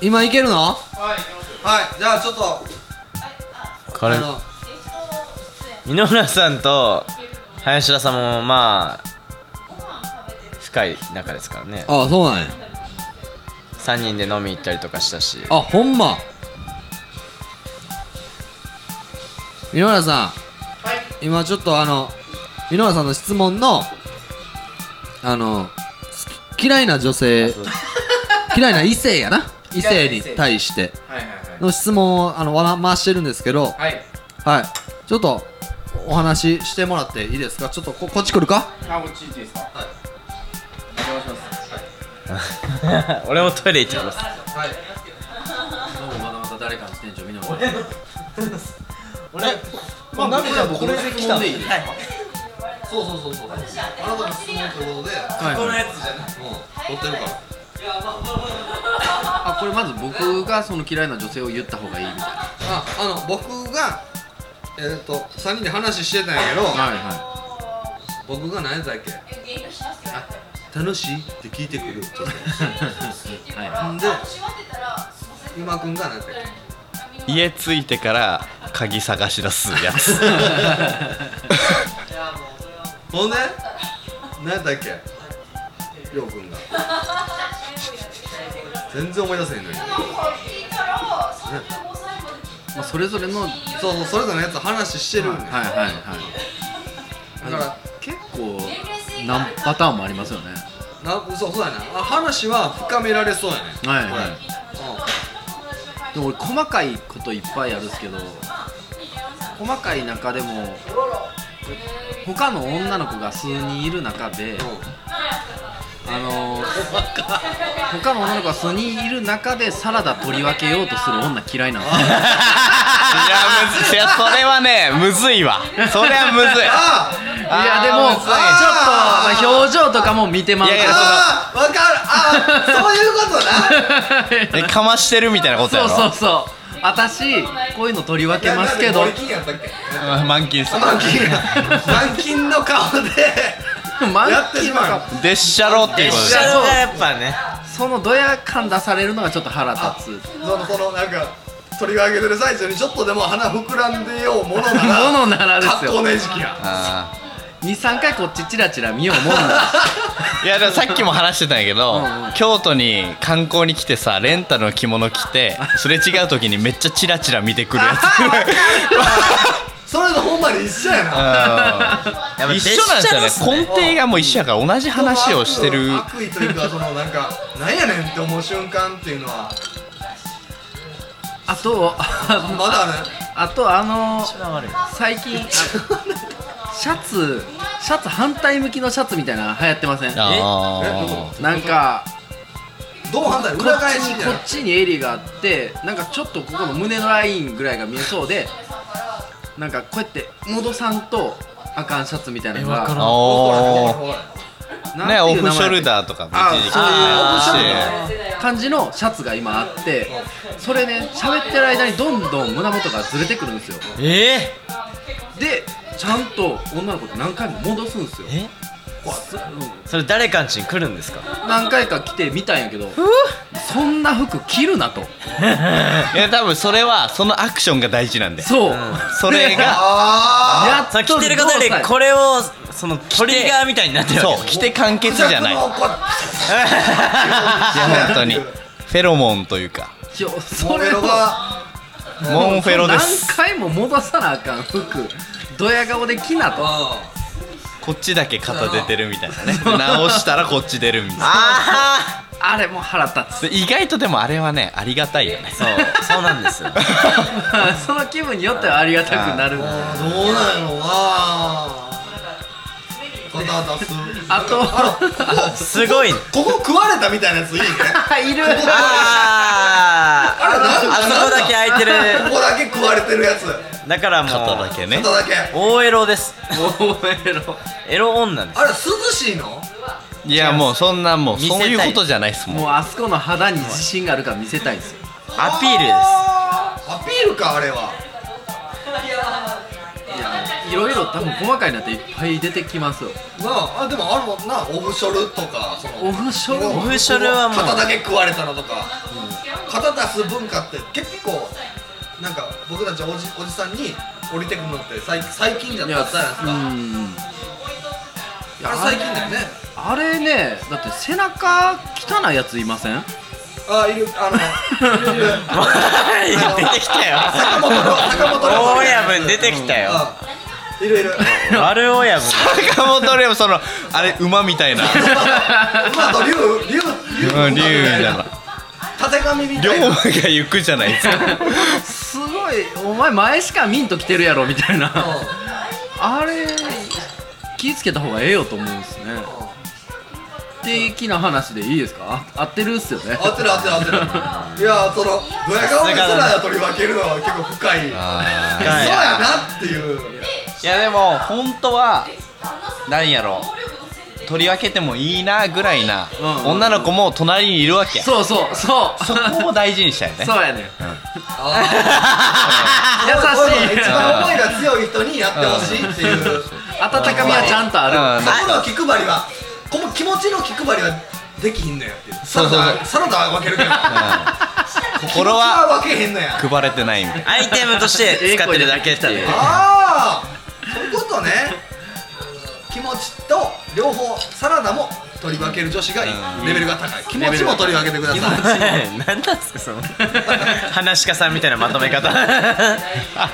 S2: 今いけるのはいはいじゃあちょっと
S3: これ箕浦さんと林田さんもまあ深い仲ですからね
S2: ああそうなんや
S3: 3人で飲み行ったりとかしたし
S2: あほんま井上さん、今ちょっとあの井上さんの質問のあの好き嫌いな女 [laughs] 性嫌いな異性やな異性に対しての質問をあのわ回してるんですけどはい、ちょっとお話ししてもらっていいですかちょっとここっち来るか
S4: あ、こっち行っていいですか。はい。お願いします。
S3: 俺もトイレ行ってきます
S4: どうもまだまだ誰かの自転車見ながら。
S2: [laughs] まあ、なじゃ僕これで来たんでいいですか、そうそうそうそうあなたの質問ということで、このやつじゃないもう取ってるから
S4: あ、これまず僕がその嫌いな女性を言った方がいいみたいな。
S2: ああの僕がえっ、と3人で話してたんやけど、
S4: いは
S2: 僕が何やったっけあ楽しいって聞いてく
S4: [laughs]
S2: るちょっ
S4: はい
S2: とんで馬くんがなんか
S1: 家着いてから鍵探し出すやつ [laughs]
S2: ほんで何だっけりょうくんが全然思い出せへんのに
S4: まあ、それぞれのはい
S2: そうそうそれぞれのやつ話してるん
S4: はい
S2: や
S4: はい
S2: だから
S4: 結構何パターンもありますよね
S2: なそうそうやなあ話は深められそうやね
S4: はいはい
S2: うん
S4: でも俺細かいこといっぱいあるんですけど細かい中でも他の女の子が数人いる中であのー、他の女の子が数人いる中でサラダ取り分けようとする女嫌いな
S2: [laughs]
S4: んで
S1: い
S4: すよ
S1: やむずいいやそれはねむずいわそれはむずい
S2: あ
S4: い
S1: あー
S4: やでもちょっと、
S2: あー
S4: まあ、表情とかも見てまうから
S1: いやいや
S2: ああ分かるああそういうことな
S1: えかましてるみたいなことや
S4: [laughs] そう
S1: ろ
S4: そうそう私こういうの取り分けますけ
S2: い
S4: ど
S2: やなんで森金やったっけ
S1: [laughs] う満金っす
S2: 満金が満金の顔で
S4: 満
S2: やってし
S4: 金
S2: まう
S4: なんか
S1: でっしゃろっていうこと
S3: 列車
S1: だよ
S3: のがやっぱね
S4: そのドヤ感出されるのがちょっと腹立つ
S2: そのそのなんか鳥が上げてる最中にちょっとでも鼻膨らんでようものなら
S4: ものならです
S2: 格好
S4: よ
S2: の餌食や
S1: あ
S4: 23回こっちチラチラ見ようもんだ
S1: ーいやでもさっきも話してたんやけど
S4: うんうん
S1: 京都に観光に来てさレンタルの着物着てすれ違う時にめっちゃチラチラ見てくるや
S4: [laughs]
S2: それとほんまに一緒やな
S1: つ
S3: やっぱ
S1: うん
S3: 列
S1: 一緒なんです
S3: 車
S1: よね
S3: の
S1: 根底がもう一緒やから同じ話をしてる
S2: 悪意というかそのなんかなんやねんって思う瞬間っていうのは
S4: あと
S2: まだね
S4: あとあの
S3: 一番悪い
S4: 最近あシャツシャツ反対向きのシャツみたいなの流行ってません
S1: あ
S2: え
S4: なんか
S2: どう反対
S4: こ
S2: 裏
S4: っ
S2: 返
S4: ち
S2: し
S4: に
S2: じ
S4: こ
S2: ゃない
S4: っちに襟があってなんかちょっとここの胸のラインぐらいが見えそうでなんかこうやって戻さんとあかんシャツみたいなのが
S1: あおー
S4: なんて
S1: ねオ
S4: いう名前やっ
S1: フ
S4: たっけ
S1: ショルダーとか
S4: あ
S1: 一時期
S4: そう
S1: 流
S4: いう
S1: 行って
S4: オフショルダーの感じのシャツが今あってそれね喋ってる間にどんどん胸元がずれてくるんですよ
S3: ええ
S4: でちゃんと女の子って何回も戻すんですよ
S3: え
S4: そうん
S3: それ誰かんちに来るんですか
S4: 何回か来て見たんやけどそんな服着るなと
S1: いや多分それはそのアクションが大事なんで
S4: そう、
S1: それが
S4: [laughs]
S2: あ
S4: やっ
S3: そ
S4: と
S3: の着てる方で
S4: 動作
S3: これをそのトリガーみたいになってるわ
S1: そう着て完結じゃないいや
S2: こ
S1: 本当にフェロモンというか
S4: いやそ
S2: それ
S4: れを
S2: が
S1: モンフェロです
S4: 何回も戻さなあかん服ドヤ顔で着なと
S1: こっちだけ肩出てるみたいなね直したらこっち出るみたいな
S3: あ
S4: あれも腹立つ [laughs]
S1: で意外とでもあれはねありがたいよね
S3: あそうそうなんですよ
S4: その気分によってはありがたくなる
S2: あーどうなんやろうな肩出す
S4: あと
S2: あ
S3: すごい
S2: ここ食われたみたいなやついいね
S4: [laughs] いる
S3: あ
S2: あれなん
S3: あそこだけ空いて
S2: こ
S3: る
S2: こだけ食われてるやつ
S3: だからも
S1: 肩だ
S3: う
S1: けね
S2: 肩だけ
S3: 大エロです
S4: おエロ
S3: エロ女です
S2: あれ涼しいの
S1: いやもうそんなもう
S3: 見せ
S1: そう
S3: たい
S1: いうことじゃないっすもん
S4: もうあそこの肌に自信があるから見せたいんですよ
S3: アピールです
S2: アピールかあれはい
S4: やいろいろ多分細かいなっていっぱい出てきますよ
S2: なああでもあるもんなオフショルとかその
S4: オフショル
S3: オフショルはもう
S2: 肩だけ食われたのとか、肩出す文化って結構なんか僕たちおじおじさんに降りてくるのって最最近じゃ
S4: い
S2: な
S4: や
S2: かったじゃないです
S4: う
S2: か
S4: んいや
S2: あれ最近だよね
S4: あれねだって背中汚いやついません
S2: あいるあのいる
S3: はい出てきたよ
S2: 坂本の坂本の
S3: 大親分出てきたよ
S2: うんいるいる
S3: 悪親分
S1: 坂本龍もそのあれ馬みたいな
S2: 馬と竜竜
S1: うん龍みたいな
S2: 縦髪み
S1: 龍
S2: たいな
S1: 馬が行くじゃないですか
S4: すごいお前前しかミント着てるやろみたいなあれ気ぃつけた方がええよと思うんですね的な話でいいですかあ合ってるっすよね
S2: 当てる当てる当てるいやそのドヤ顔ですら取り分けるのは結構深い
S1: あ
S2: そうやなっていう
S1: ーいやでも本当はなんやろ取り分けてもいいなぐらいな、
S4: うんうんうん
S1: 女の子も隣にいるわけや
S4: そうそうそう
S1: そこを大事にしたよね
S4: そうやね
S2: 優
S4: 優しい
S2: 一番思いが強い人にやってほしいっていう
S4: 温かみはちゃんとあ
S1: う
S4: る
S1: ん
S2: 心の気配りはこの気持ちの気配りはできひんのやっていう
S1: そ
S2: サ
S1: う
S2: ラ
S1: そうそう
S2: ダサラダは分けるけど気持ち
S1: 心は
S2: 分けへんのや
S1: 配れてないみたいな
S3: アイテムとして使ってるだけっていう
S2: ああそういうことね気持ちと両方サラダも取り分ける女子がいいレベルが高い気持ちも取り分けてください
S3: [laughs] 何なんですかその話し家さんみたいなまとめ方
S2: ああ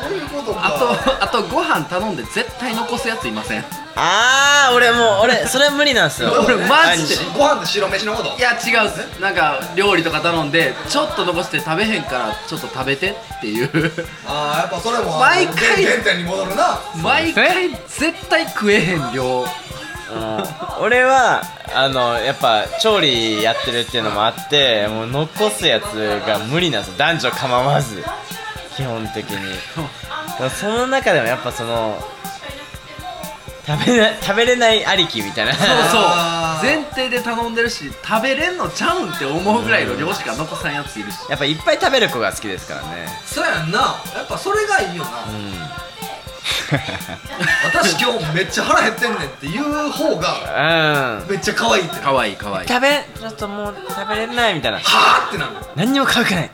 S2: そういうことか
S4: あとあとご飯頼んで絶対残すやついません
S3: ああ俺もう俺それは無理なんです
S4: [laughs]
S3: よ
S4: 俺マジで
S2: ご飯と白飯のこと
S4: いや違うっすなんか料理とか頼んでちょっと残して食べへんからちょっと食べてっていう
S2: ああやっぱそれも
S4: 毎回
S2: 原点に戻るな
S4: 毎回絶対食えへん量
S3: うん俺はあのやっぱ調理やってるっていうのもあってもう残すやつが無理なんですよ男女構わず基本的にその中でもやっぱその食べな食べれないありきみたいな
S4: そうそう
S2: あー
S4: 前提で頼んでるし食べれんのちゃうんって思うぐらいの量しか残さんやついるし
S3: やっぱいっぱい食べる子が好きですからね
S2: そうやんなやっぱそれがいいよな、
S3: うん
S2: 私今日めっちゃ腹減ってんねんっていう方が
S3: うん
S2: めっちゃ可愛いって
S4: かわいいかわいい
S3: 食べちょっともう食べれないみたいな
S2: はあってなる
S3: 何にも買うくない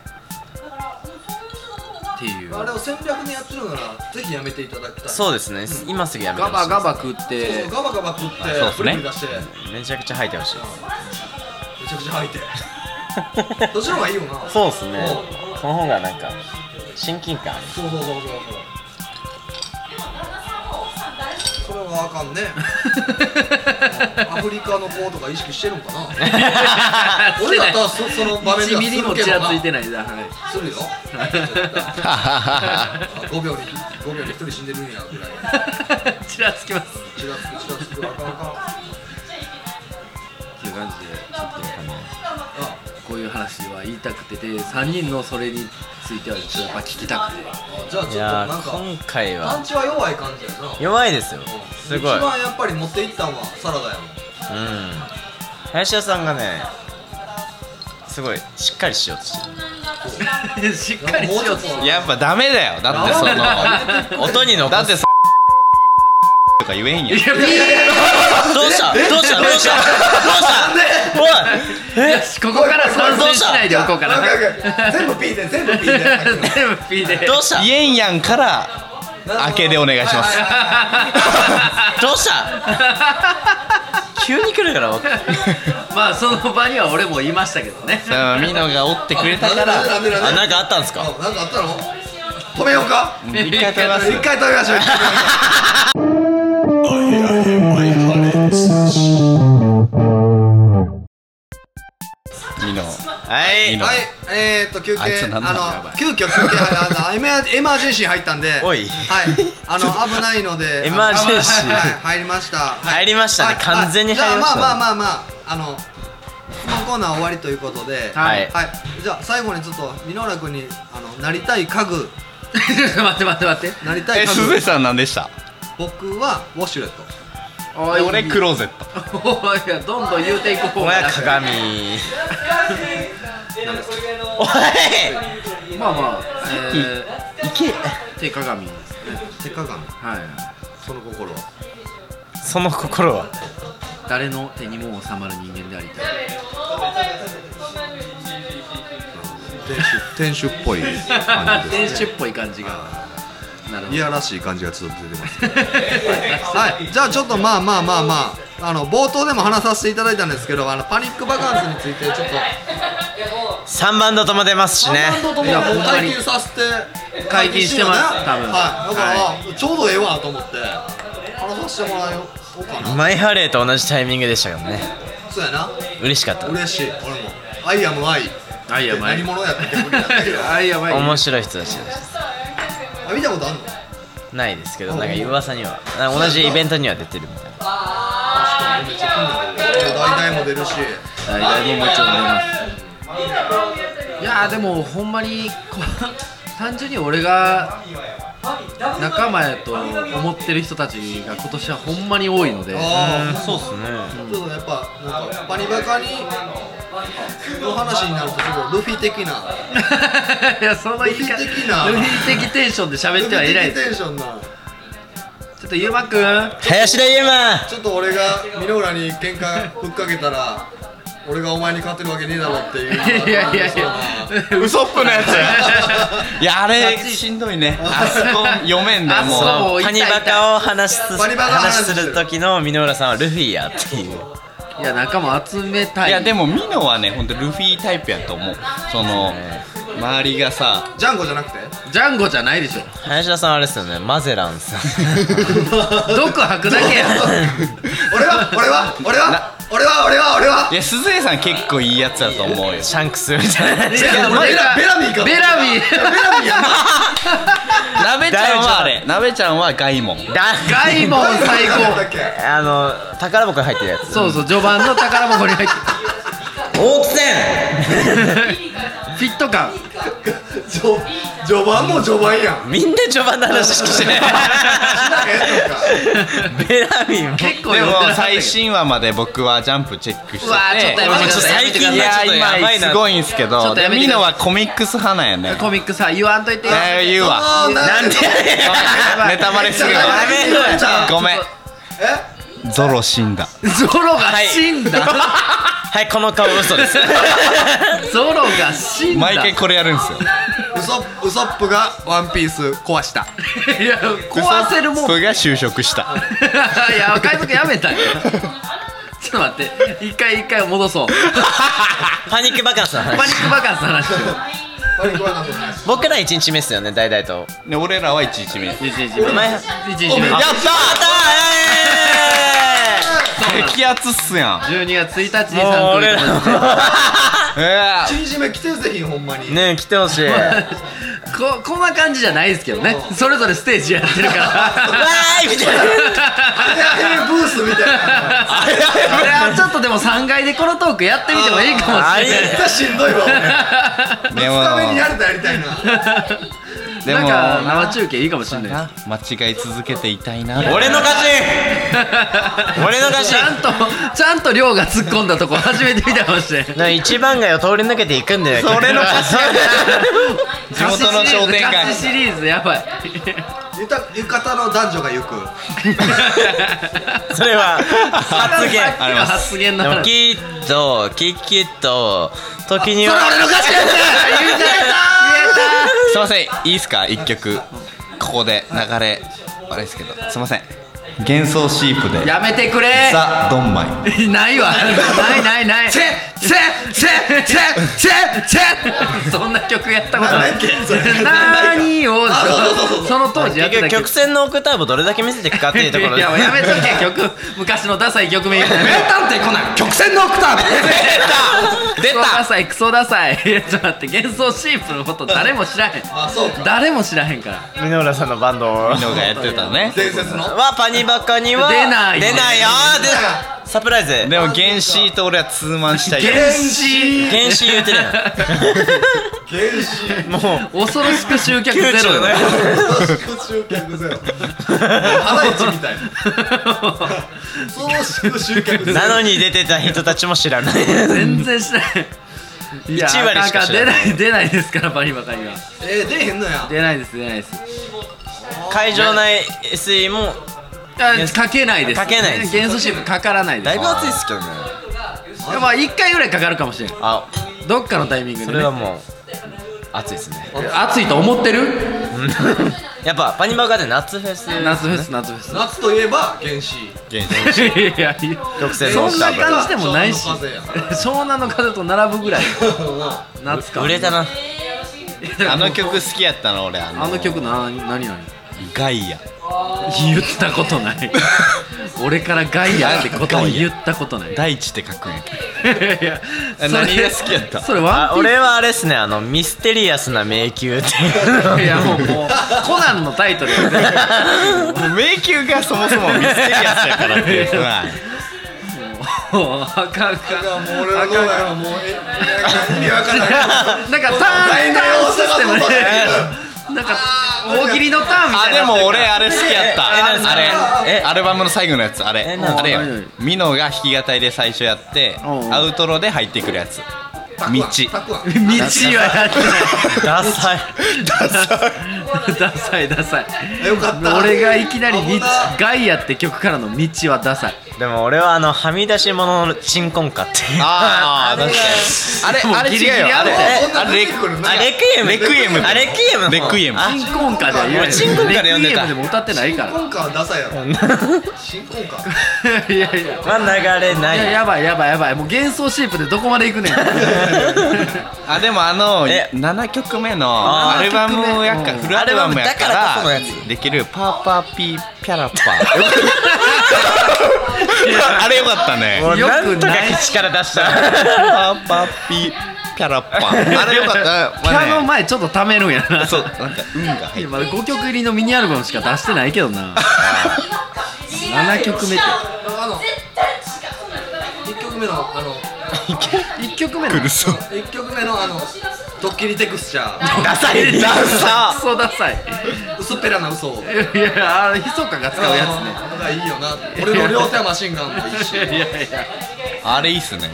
S4: っていう
S2: あれ
S4: ガ
S2: を戦略にやってるならぜひやめていただきたい
S3: そうですね今すぐやめてほしい
S4: バガバ食って
S2: ガバガバ食って
S1: あそうっす
S2: プ
S1: ね
S2: リプリ出して
S3: めちゃくちゃ吐いてほしい
S2: めちゃくちゃ吐いて [laughs] どっちの方がいいよなそう
S3: そうですねその方がなんか親近 [laughs] 感ある
S2: そうそうそうそうそれはあかんね [laughs] アフリカの子とか意識してるんかな [laughs] 俺だったらそその場面で
S4: 1
S2: は
S4: ミ
S2: す
S4: リ
S2: る
S4: も
S2: け
S4: ち
S2: ど
S4: ら
S2: な
S4: つい
S2: [laughs]
S4: てないだはい [laughs]
S2: するよ5秒に5秒に1人死んでるんやぐらい
S4: ちらつきますっ
S2: ちらつくちらつくあかんあかん
S4: ていう感じでちょっ
S2: あ
S4: とこういう話は言いたくてで3人のそれについてはちょっとやっぱ聞きたくて
S2: あじゃあちょっ
S3: い
S2: と
S3: や
S2: なん
S3: ー今
S2: か
S3: 回
S2: パン
S3: は
S2: チは弱い感じやな
S3: 弱いですよすごい
S2: 一番やっぱり持っていったんはサラダやもん
S3: うん林田さんがねすごいしっかりしようとして
S2: [laughs]
S3: る
S4: しっかりしようと
S2: なんかもうちょっと
S1: やっぱダメだよだって
S4: [laughs]
S1: その
S3: [laughs] 音に残
S1: だっ
S3: す
S1: てそとか言えんやん
S3: どうした [laughs] どうしたどうしたどうしたおいえ
S4: よしここから参戦しないでおこうかな
S2: なんか全部 P で全部 P で
S4: 全部 P で
S3: どうした
S1: 言えんやんから明けでお願いします
S2: は
S3: ど [laughs] うした急に来るから僕
S4: [laughs] まあその場には俺も言いましたけどね
S1: うんミノがおってくれた
S2: いはいはい
S1: から
S2: なんでなんで
S3: あ
S2: なんで
S3: なんかあったんですか
S2: あなんかあったの止めようか
S1: 一回食べます
S2: 一回止めましょう
S1: ミノ
S3: はい
S1: いいの
S2: はい、えー、っと休憩
S1: あいつなんだ
S2: あの急遽休憩あのあのエマエマージェンシー入ったんで、
S3: おい
S2: はい、あの危ないの
S3: [laughs]
S2: で、
S3: エマージェンシー
S2: あのはいはい入りました、はい
S3: 入りましたね
S2: はい
S3: 完全に入りましたね
S2: じゃあまあまあまあまああの質問コーナー終わりということで、
S4: はい
S2: じゃあ最後にちょっと箕浦君にあのなりたい家具
S4: ちょっと [laughs] 待って待って待って
S2: なりた
S1: え
S2: い家
S1: すず
S2: 具、
S1: さん何でした
S2: 僕はウォシュレット。
S4: お
S1: 俺クローゼット
S4: おいやどんどん言うていこう
S3: お前は鏡おい
S4: まあまあ、えー、いけ手鏡ですね
S2: 手鏡、
S4: はい
S2: その心は。
S3: その心は
S4: 誰の手にも収まる人間でありたい
S2: 店主店主っぽい感じです。
S4: 店主っぽい感じがなるほ
S2: い
S4: ど
S2: やらしい感じがちょっと出てますけどはい、はいじゃあちょっとまあまあまあまああの冒頭でも話させていただいたんですけどあのパニックバカンスについてちょっと
S3: 3番のとも出ますしね
S2: いやもう
S4: ほんま
S2: 解
S4: に
S2: 禁させて
S4: 解禁してます
S2: 解禁よね
S4: 多分
S2: はいだから、ちょうどええわと思って話させてもらおうかな
S3: マイハーレーと同じタイミングでしたけどね
S2: そうやな
S3: 嬉しかった
S2: 嬉しい俺も「アイアムアイ」
S4: あいやばい
S2: 何者やって逆になったけど
S4: [laughs] あいやばい
S3: 面白い人たちでし
S2: あ見たことあんの
S3: たないですけどなんか噂にはなんか同じイベントには出てるみたいな
S2: 大体も出るし
S4: 大体ももちろん思いますいやーでもほんまにこう単純に俺が仲間やと思ってる人たちが今年はほんまに多いので
S2: ああ
S3: そうっすね
S2: ちょっとやっぱなんかパニバカにの話になるとすごいルフィ的ない
S4: [laughs] やその言い
S2: ルフ
S4: 方
S2: ィ的な
S4: ルフィ的テンションで喋ってはいな
S2: ル
S4: い
S2: フィ的テンションな
S4: ちょっとゆうまくん
S3: 林田ゆうま
S5: ちょっと俺がミノーラに喧嘩ふっかけたら俺がお前に勝てるわけねえだろっていう
S4: いやいやいや
S1: ウソップのやついやあれしんどいねあそこ読めんだよもう
S4: あそう
S3: パニバカを話す
S5: パニバカの
S3: 話
S5: 話
S3: する時の箕浦さんはルフィやっていう
S4: いや仲間集めたい
S1: いやでもミノはね本当ルフィタイプやと思うその周りがさ
S5: [laughs] ジャンゴじゃなくて
S4: ジャンゴじゃないでしょ
S3: 林田さんあれですよねマゼランさん
S4: 毒吐くだけや
S5: 俺は俺は俺は俺は俺は俺はい
S1: や鈴江さん結構いいやつだと思うよ
S3: シャンクスみたいな
S5: や
S4: 俺が
S5: ベラミーか
S4: ベラミー
S5: ベラミーやん
S1: 鍋ちゃんはあれ鍋ちゃんはガイモン
S3: だ
S4: ガイモン最
S5: なんだ
S2: [laughs]
S4: 高
S5: っけ
S3: あの宝箱に入ってるやつ
S4: そうそう序盤の宝箱に入って
S3: 大奥戦
S4: フィット感
S5: じょ序盤も序盤やん
S3: みんな序盤の話しかしてない [laughs] ベラミンも
S4: 結構
S1: で
S4: 読んでなか
S1: も
S4: ったけど
S1: 最新話まで僕はジャンプチェックしてて
S4: うわーちょっとやめてください
S3: 最近
S1: い
S3: ちょ
S1: や
S3: っとやばい
S1: 今
S3: な
S1: すごいんすけ
S4: ちょ
S1: ど
S4: っと
S1: で
S4: やめて
S1: ミ
S4: ください
S1: ノはコミックス派なんやね
S4: コミックさ言わんといて
S1: えー言うわ
S5: あーな
S3: なんで
S4: ばい
S1: ネタバレする
S5: や
S1: わ
S5: ばいやばいやばい
S1: ごめん
S5: え
S1: ゾロ死んだ
S4: ゾロが死んだ、
S3: はいこの顔嘘です
S4: ゾロが死んだ
S1: 毎回これやるんすよ
S5: ウソウソップがワンピース壊した
S4: いや壊せるもんい
S1: それが就職した
S4: や海賊やめたよちょっと待って一回一回戻そう
S3: パニックバカンスの
S4: パニ
S3: 話
S4: ックバカンスの話しよう
S5: パニックバカンスです
S3: 僕ら1日目っすよね大々と
S1: で俺らは1日目
S4: 一日
S3: お
S4: 目
S3: 前やっ
S4: 一日目
S1: やった
S3: た
S1: 激アツっすやん
S4: 12月1日に
S3: ーもう俺ら
S4: [laughs] 参考
S1: ええ
S5: 一日目来てぜひほんまに
S3: ねえ来てほしい [laughs] わ
S4: ここんな感じじゃないですけどねそれぞれステージやって
S1: [laughs]
S4: るから
S3: ーいみたいな
S5: あれあれブースみたいな
S4: これはちょっとでも3階でこのトークやってみてもいいかもしれない
S5: めっちゃしんどいわ
S1: で
S5: 2日目にや
S1: も
S5: るとやりたいな
S1: で
S4: な
S1: も
S4: んか生中継いいかもしれないです
S1: 間違い続けていたいな [laughs]
S3: 俺の勝ち俺の勝ち
S4: ちゃんとちゃんと量が突っ込んだとこ初めて見たかもしれない
S3: な一番街を通り抜けていくんだよ
S1: それの勝ち地元の商店
S4: 菓子
S1: 街
S4: シリーズやばい
S5: ゆた浴衣の男女が行く
S3: それは発言
S1: あります
S4: 発言の
S3: でも
S4: 話
S3: きっとききっと時には
S4: 勝ちやった言えた
S1: すいませんいいっすか一曲ここで流れあれですけどすいません幻想シープで
S4: やめてくれ
S1: ザ・ドンマイ
S4: [laughs] ないわないないないチェチェチェチェチェチェ [laughs] そんな曲やったことない
S5: なんだっけそれ
S4: 何をその当時やって
S3: 結
S4: た
S3: 局曲線のオクターブどれだけ見せていくかっていうところ
S4: いやもうやめとけ曲昔のダサい曲名名探偵コナン曲線のオクターブ
S3: 出
S4: 出た
S3: た
S4: ダサいクソダサいい [laughs] やちょっと待って幻想シープのこと誰も知らへん
S5: あそうか
S4: 誰も知らへんから
S3: 箕浦さんのバンド
S1: ミノがやってたね
S5: 伝説の
S3: はパニバカには
S4: 出ない
S3: 出ないよでサプライズ
S1: でも原始と俺はツーマンしたい
S4: 原始
S3: 原始言うて [laughs] るやん
S5: 原始
S4: 恐ろしく集客ゼロよ [laughs]
S5: 集客ゼロハライチみたいなそのしく集客ゼロ
S3: なのに出てた人たちも知らない
S4: 全然知らないいや
S3: 一割しか知らない
S4: あんあん出ない出ないですからバリバカには
S5: えー、出えへんのや
S4: 出ないです出ないです
S3: 会場内 SE も
S4: あかけないです
S3: かけないです
S4: 元素シープかからないで
S3: だ
S4: す
S3: いぶ熱いっすけどね
S4: まあ一回ぐらいかかるかもしれん
S3: あ
S4: どっかのタイミング
S3: そ
S4: で
S3: れ
S4: ね
S3: はもう熱いっすね
S4: 暑いと思ってる
S3: やっぱパニバカで夏フェス
S4: 夏フェス夏フェス
S5: 夏といえば原始
S1: 原始
S4: いやいや
S3: 曲線の
S4: そ
S3: オク
S4: ん
S3: タ
S4: な
S3: ー
S4: 感じでもない
S2: [laughs]
S4: し
S5: 湘南の風
S4: 湘南の風と並ぶぐらい夏
S3: ブ
S4: か
S3: 売れたな
S1: あの曲好きやったの俺あの
S4: あの曲な何何
S1: ガイア
S4: 言ったことない俺からガイアってことを言ったことないい
S1: 大地って書くんやけど
S4: や
S1: え何が好きやった
S4: それ
S3: あ
S4: ワンピー
S3: 俺はあれっすね [laughs] あのミステリアスな迷宮って [laughs] いう
S4: スいやもうもうコナンのタイトルやね
S1: もう迷宮がそもそもミステリアスやからって [laughs] いう
S4: もうあかんあ
S5: だ
S4: かん
S5: からもう俺はどうやらもうえ意味わかんない
S4: [laughs] なんかターン
S5: 題名
S4: ター
S5: を
S4: ンシステ
S5: 探そうと
S4: ム
S3: [laughs]
S5: して
S4: でなんか大喜利のターンみた
S1: あ
S4: いに
S1: で
S4: なってる
S1: も
S4: [laughs] から
S1: 俺あれ好きやった
S3: え何ですか
S1: あれ
S3: え
S1: アルバムの最後のやつあれ
S3: え何
S1: あれよ
S4: 何何
S1: ミノが弾き語りで最初やって
S4: うんうん
S1: アウトロで入ってくるやつ道
S5: たくわ
S4: 道はやってない
S3: ダサい
S4: ダサいダサ
S3: [laughs]
S4: い
S2: あよかった
S4: 俺がいきなり
S2: 危
S4: 道
S2: な
S4: 「ガイア」って曲からの「道」はダサい
S3: でも俺はあのはみ出し物のチンコンカっていう
S1: あー確か
S3: [laughs]
S1: にあれあれ
S4: ギリギリ
S1: 違うよあれ
S4: あ
S2: れ
S1: えあれレ
S2: 出てくるな
S1: あ
S3: レクイエム
S1: レクイエム
S3: あレクイエムの方
S1: レクイエム
S3: あ
S4: 新婚歌では言わない
S3: 俺新婚歌で呼んでた
S4: レクイエムでも歌ってな
S3: [laughs]
S4: いか
S2: 新婚歌はダサいやろ新婚歌
S4: らいやいや
S3: は流れない
S4: いややばいやばいやばいもう幻想シープでどこまで
S3: [laughs]
S4: 行くねんあ
S1: あでもあの
S3: え
S1: 7曲目
S3: あ
S1: の
S3: ー
S1: アルバムやか
S4: うん
S1: フルアルバムやか
S3: アルバムだから
S1: ら
S3: こそのや
S1: できるパーパーピーピャラパー
S3: [laughs]
S1: あれよかったね
S3: もうなんとか
S4: よくない
S3: 口から出した
S1: パーパーピーピャラパーあれよかった
S4: ピアノ
S1: ま
S4: 前ちょっとためるんや
S1: あね
S4: な
S1: そうなんか運が入って
S4: 今5曲入りのミニアルバムしか出してないけど
S3: [laughs]
S4: な7曲目って
S2: あの1曲目のあの
S4: 1曲目の
S1: くるそう
S2: 1曲目のあのドッキリテクスチャー
S1: ダサいダサ
S4: クソダサい
S2: 薄っぺらな嘘を
S4: いやあれひそかが使うやつね
S2: あのがいいよな俺の両手はマシンガンと一緒
S4: いやいや
S1: あれいいっすね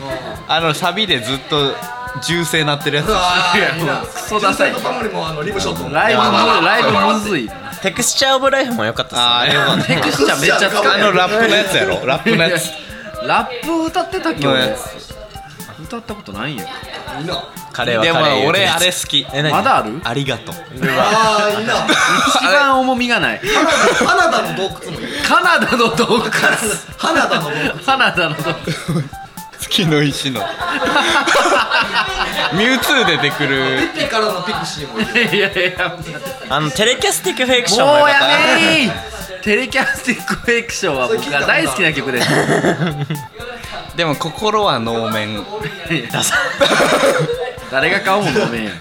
S1: あのサビでずっと銃声鳴ってるやつ
S2: うわーみんな
S4: クソダサい
S2: 純正とともにもあのリブショットも
S4: ライブむライブむずい
S3: テクスチャーオブライフも良かった
S1: あ
S3: っ
S1: ー
S3: す
S1: よ
S3: ね
S1: か
S3: [laughs]
S1: った
S4: テクスチャーめっちゃ使う
S1: あのラップのやつやろラップのやつ
S4: ラップ歌ってたっけ
S1: の
S4: 俺
S1: や
S4: 歌ったことないんや
S2: いいな
S3: カレーは
S1: でも
S3: カレー言うて
S1: 俺
S3: るや
S1: あ
S3: つ
S1: れ好き
S3: え何
S4: まだある
S1: ありがとう
S2: あーいいな
S4: 一番重みがない
S2: カナダの洞窟もいい
S4: カナダの洞窟
S2: カナダの洞窟
S4: カナダの洞窟
S1: 月の石 [laughs] のミュウツー出てく
S2: ピ
S1: る
S2: ッピからのピクシーもいい
S4: いやいや
S3: あのテレキャスティックフェイクションも
S4: も
S3: 良
S4: う
S3: かった
S4: やめーテレキャスティックフェイクションは僕が大好きな曲です
S1: でも心は能面言
S4: 誰が買うもんごめんやい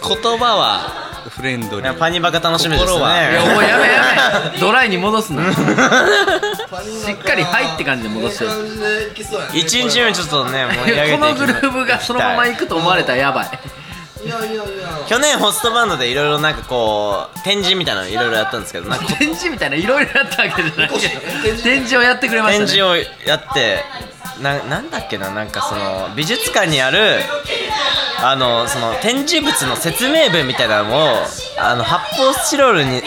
S1: 葉はフレンド
S3: い
S1: リ
S3: や
S1: ー
S3: パニバが楽しみですね
S1: 心は
S4: やもうやめやめドライに戻すなしっかり「はい」って感じで戻して
S2: いい感じでいきそうやね
S3: [laughs] 一日目ちょっとね盛り上げてい
S4: この
S3: き
S4: グルーブがそのまま行くと思われたらやばい
S2: いやいやいや
S3: 去年ホストバンドでいろいろなんかこう展示みたいなのいろいろやったんですけどなんか
S4: 展示みたいないろいろやったわけじゃないけど展示をやってくれましたね
S3: 展示をやってななんだっけななんかその美術館にあるあのその展示物の説明文みたいなのをあの発泡スチロールに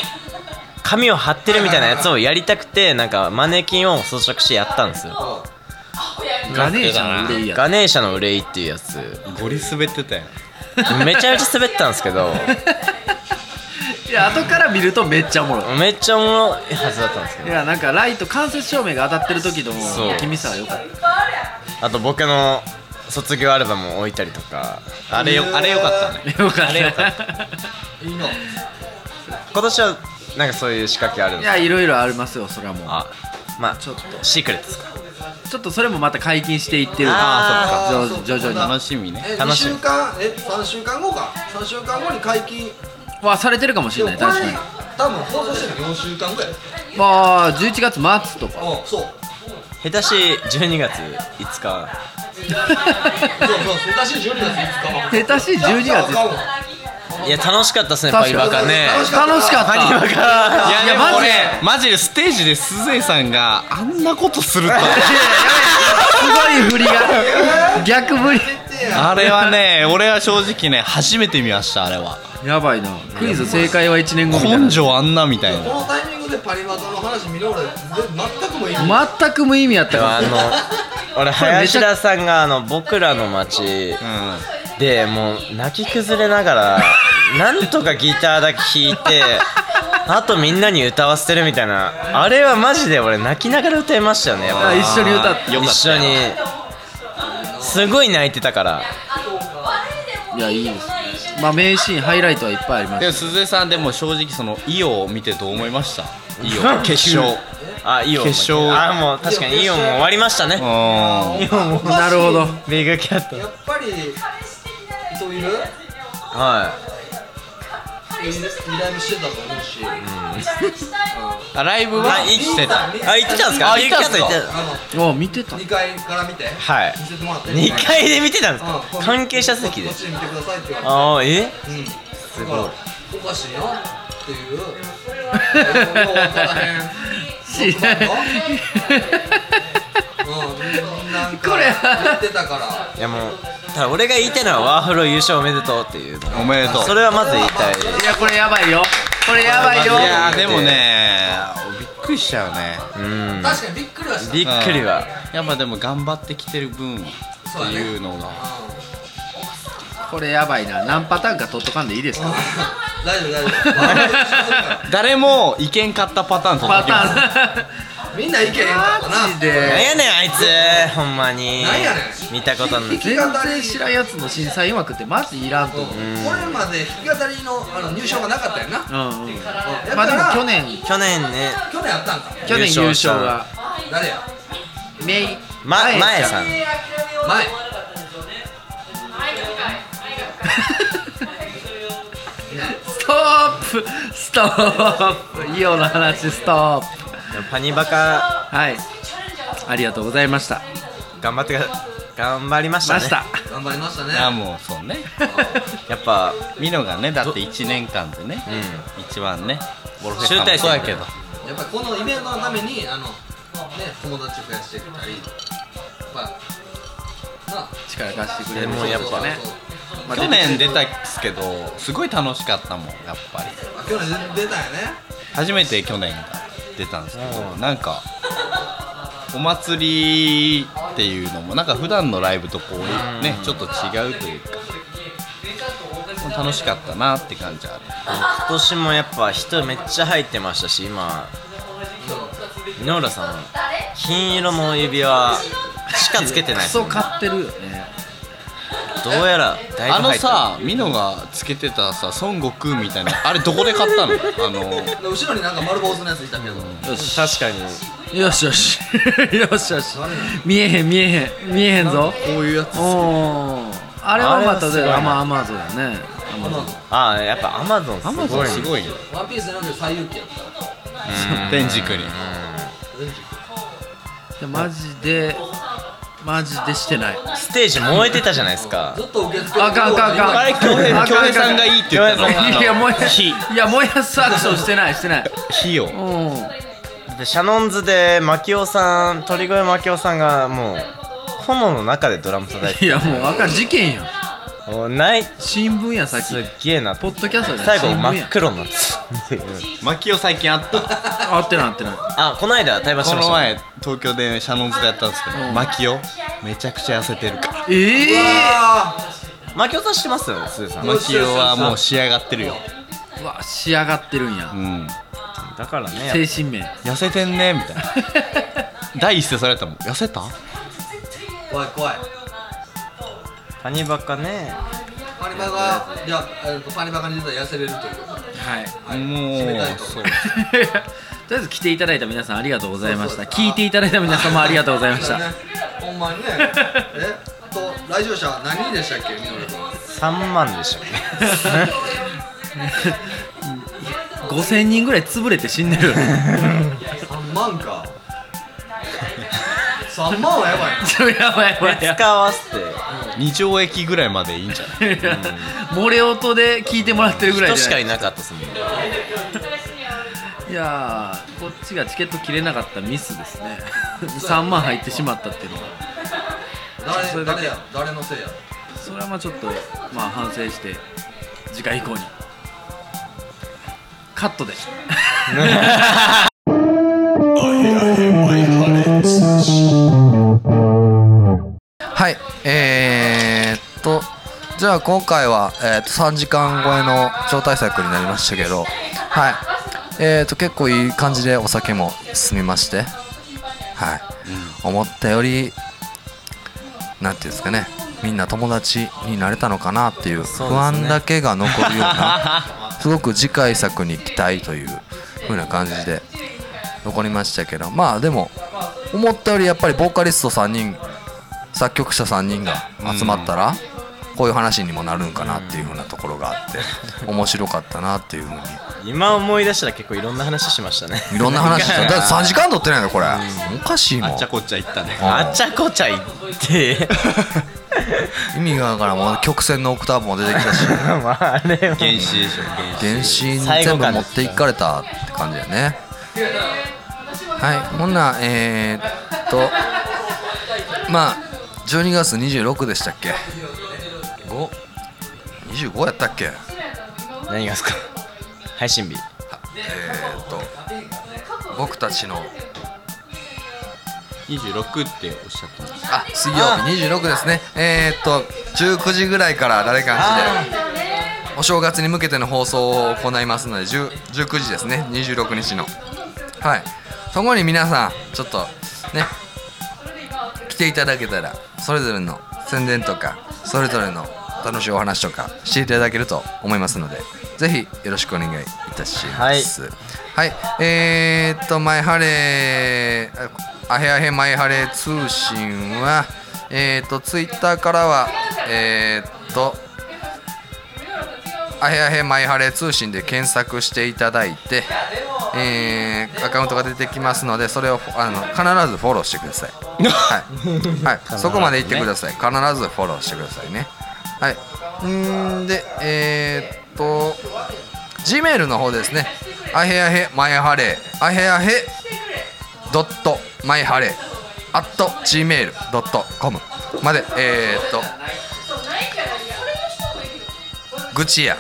S3: 紙を貼ってるみたいなやつをやりたくてなんかマネキンを装飾してやったんですよ
S4: ガネーシャの憂いや
S3: ガネーシャの憂いっていうやつ
S1: ゴリ滑ってたよ
S3: めちゃめちゃ滑ったんですけど
S4: いや後から見るとめっちゃおもろい
S3: めっちゃおもろいはずだったんですけ
S4: い
S3: ど
S4: やなんかライト間接照明が当たってる時の
S3: そう
S4: 君さはよかった
S3: あと僕の卒業アルバムを置いたりとか
S1: あれよあれよかったね
S4: よかった
S2: いいない
S3: 今年はなんかそういう仕掛けあるん
S4: い
S3: です
S4: やいろいろありますよそれはもう
S3: あまあちょっとシークレットですか
S4: ちょっとそれもまた解禁していってる
S3: あ
S2: ー
S4: 徐
S2: そっか
S4: 々徐々に
S1: 楽しみね
S2: え
S3: 楽
S2: 2
S3: しみ
S2: 週間え3週間後か3週間後に解禁
S4: はされてるかもし
S2: で
S4: れ
S2: も
S4: な
S2: こ
S4: い
S2: れ
S4: 確かに
S2: 多分放送してるの4週間ぐらい
S4: まあ11月末と
S2: [laughs] う
S4: か
S2: んそう
S3: 下手し12月5日
S2: そうそう下手しい12月5日
S4: 下手しい12
S2: やったらあか
S4: 月
S2: んわ
S3: いや楽しかったっすねパ
S4: 確
S3: リ
S4: か
S3: バ
S4: に
S3: カね
S2: 楽し
S4: 楽しかっ
S3: パリバ
S4: た
S3: カ
S1: いやで
S4: いや
S1: も
S4: マジ
S1: 俺
S4: で
S1: マジでステージで鈴江さんがあんなことすると
S4: すごい振りが逆振り
S1: あれはね俺は正直ね初めて見ましたあれは
S4: やばいなクイズ正解は1年後みたいな
S1: 根性あんなみたい
S2: こ
S1: な
S2: のタイミングでパリマカの話見る俺全くもいい
S4: 全く無意味やった
S3: あ
S4: か
S3: の俺林田さんがあの僕らの街
S1: う
S3: でもう泣き崩れながらなんとかギターだけ弾いてあとみんなに歌わせてるみたいなあれはマジで俺泣きながら歌いましたよねやっぱ
S4: ら一緒に歌って
S1: よか
S3: 一
S1: った
S3: 緒にすごい泣いてたから
S4: いやいいですねまあ名シーンハイライトはいっぱいありま
S1: ん
S4: す
S1: でも鈴江さんでも正直そのイオを見てどう思いましたイ [laughs] オ決勝
S3: あイオン
S1: 決勝
S3: あもう確かにイオンも終わりましたね
S1: うん
S4: なるほど
S3: ビッグキャット
S2: やっぱり人いる
S3: はい
S2: リライブしてたと思うし
S1: あライブは
S3: あい
S1: してた
S3: あ、行ってたんですか
S1: あ行ったんすか
S3: ビッグキャット行って
S2: あ
S4: あ見てた
S2: の2階から見て
S3: たはい
S2: 見せてもらって
S3: 2階で見てたんですか
S2: うん
S3: 関係者席で
S2: こっちに見てくださいって言われて
S3: ああ
S2: う
S3: え
S2: んだからおかしいなっていうようわからへんうんなんか
S4: これ
S2: 言ってたから
S3: いやもうただ俺が言いたいのはワーフロ優勝おめでとうっていうの
S1: おめでとう
S3: それはまず言いたい
S4: いやこれやばいよ
S3: これやばいよ
S1: いやーでもねびっくりしちゃうね
S3: うん
S6: 確かにびっくりはした
S3: びっくりは
S1: やっぱでも頑張ってきてる分っていうのが
S4: これやばいな何パターンか取っとかんでいいですか
S6: 大丈夫大丈
S4: [laughs]
S6: 夫笑うこと一緒だから
S1: 誰も意見買ったパターンと
S4: パタ
S1: ます
S4: ーン
S6: みんな意見変かったな
S4: マジで
S3: なんやねんあいつほんまに
S6: なんやねん
S3: 見たことな
S6: 弾
S3: い
S4: 全
S6: き語り
S4: 然知らんやつの審査員枠ってマジいらんと思う
S6: これまで弾き語りのあの入賞がなかったよな、うん、
S4: うんうん
S6: だ
S4: ま
S6: か
S4: あでも
S6: ら
S4: 去年
S3: 去年ね
S6: 去年あったんか
S4: 去年優勝が
S6: 誰や
S4: メイ
S3: ま
S4: 前
S3: 前さん
S6: 前
S4: [laughs] ストップストップイオの話ストップ
S3: パニバカ
S4: はいありがとうございました
S3: 頑張ってが頑張りましたね
S4: ました
S6: 頑張りましたね
S1: あもうそうね
S3: やっぱ
S1: ミノがねだって1年間でね
S3: う
S1: 一番ね
S3: 集大成
S1: そうやけど
S6: やっぱこのイベントのためにあの、ね、友達増やしてきたりまあなあ
S4: 力貸してく
S3: ん
S4: れ
S3: で
S4: る
S3: もやっぱ
S6: そうそう
S1: 去年出たっすけどすごい楽しかったもんやっぱり
S6: そうあ去年出たよね
S1: 初めて去年出たんですけどなんかお祭りっていうのもなんか普段のライブとこうねちょっと違うというか楽しかったなって感じはある
S3: 今年もやっぱ人めっちゃ入ってましたし今井ノ浦さん金色の指輪しかつけてない
S4: クソ買ってるよね
S3: どうやらだいぶ
S1: あの
S3: 入ってる
S1: さミノがつけてたさ孫悟空みたいなあれどこで買 [laughs] ったのあの
S6: 後ろになんか丸坊主のやついたけど、
S3: 確かに
S4: よしよし [laughs] よしよし見えへん見えへん見えへんぞ
S6: こういうやつ
S4: おーあれはま
S3: あ
S4: た
S3: れはすごい
S4: で
S3: な
S4: アマアマゾンやねアマゾン
S3: ああやっぱアマゾンす
S1: アマゾ
S3: ご
S1: ン
S3: い
S1: す
S3: ね
S1: ごいよ
S6: ワンピース選んでる最有機やった
S1: 天竺に
S4: でマジでマジでしてない
S3: ステージ燃えてたじゃないですか
S6: ずっと受け付けて
S4: あかんあかんあかん
S1: あれ恭平恭平さんがいいって言ったの
S3: 恭平
S1: あ
S4: いや
S1: の
S4: もやいやもやすアクションしてないしてない
S1: 火を
S4: うん
S3: でシャノンズでマキオさん鳥越マキオさんがもう炎の中でドラム叩いて
S4: いやもうあかん事件やん
S3: もうない
S4: 新聞やさっき
S3: すっげえな
S4: ポッドキャストじゃない
S3: 最後
S4: 新聞
S3: 真
S4: や
S3: っ黒になってた
S1: マキオ最近あった
S4: あ合ってない合ってない
S3: あこの間対話し
S1: こ
S3: まし
S1: の
S3: たね
S1: 前東京でシャノンズでやったんですけどマキオめちゃくちゃ痩せてるから
S4: ええ
S6: あ
S3: マキオさん知ってますよねスーさん
S1: マキオはもう仕上がってるよ
S4: ー、うわ仕上がってるんや
S1: うん
S3: だからね
S4: 精神面
S1: 痩せてんねみ [laughs] たいな第一声されたもん痩せた
S6: ー怖い怖い
S3: パニバカね
S6: パニバがじゃあ、えっとパニバがに出たら痩せれるという
S4: [laughs]
S6: こと
S4: はい
S6: はい
S1: も
S6: 締めたいうと
S1: そう
S4: とりあえず来ていただいた皆さんありがとうございました聞いていただいた皆様ありがとうございました
S6: ねほんまにねえあと来場者は何人でしたっけみのる君
S3: 3万でしたっけ
S4: 5000人ぐらい潰れて死んでる
S6: 3万か3万はやばいな
S4: ちょやばいや [laughs] ばいやば
S3: 使わせて
S1: 二条駅ぐらいまでいいんじゃ
S4: [laughs]
S1: ない
S4: い漏れ音で聞いてもらってるぐらい
S3: 人
S4: じ
S3: し
S4: ゃ
S3: か
S4: ない
S3: いなかったっすもん
S4: いやーこっちがチケット切れなかったミスですね3万入ってしまったっていうのはそ
S6: 誰
S4: れだけ
S6: 誰や誰のせいや
S4: それはまあちょっとまあ反省して次回以降にカットで
S2: はい、えー、っと、じゃあ今回は、えーっと3時間超えの超大作になりましたけど、はい、えー、っと結構いい感じでお酒も進みまして、はい、思ったより、なんていうんですかね、みんな友達になれたのかなっていう不
S3: そうですね
S2: 安だけが残るような、
S3: [laughs]
S2: すごく次回作に期待という風な感じで残りましたけど、まあでも、思ったよりやっぱりボーカリスト3人作曲者3人が集まったら、こういう話にもなるんかなっていうふうなところがあって、面白かったなっていうふうに
S3: 今思い出したら結構いろんな話しましたね
S2: いろんな話してだって3時間撮ってないのこれ、おかしいもん
S1: あっちゃこっちゃ行ったね
S2: うん
S3: あちゃこちゃ言って
S2: 意味がわからんもう曲線のオクターブも出てきたし
S3: [laughs] まああれ
S1: 原
S3: は
S1: 始でしょ原始
S2: 原子に
S3: 最
S2: 全
S3: 後
S2: 部
S3: 感
S2: 持
S3: で
S2: っ
S3: す
S2: ていかれたって感じだよねはいほんならえー、っとまあ12月26でしたっけ525やったっけ
S3: 何がですか配信日
S7: えーっと僕たちの
S1: 26っておっしゃったんです
S7: あ水曜日26ですねえーっと19時ぐらいから誰かんちでお正月に向けての放送を行いますので10 19時ですね26日のはいそこに皆さんちょっとね来ていただけたらそれぞれの宣伝とかそれぞれの楽しいお話とかしていただけると思いますのでぜひよろしくお願いいたしますはい、えー、っと「マイハレー」あ「アヘアヘマイハレー通信は」えー、っとツイッターからはえー、っとあへあへマイハレ通信で検索していただいて、えーアカウントが出てきますのでそれをあの必ずフォローしてください、はいはい、そこまで行ってください必ずフォローしてくださいねはいうーんでえー、っと G メールの方ですねあへあへマイハレあへあへドットマイハレアット Gmail.com までえー、っと愚痴や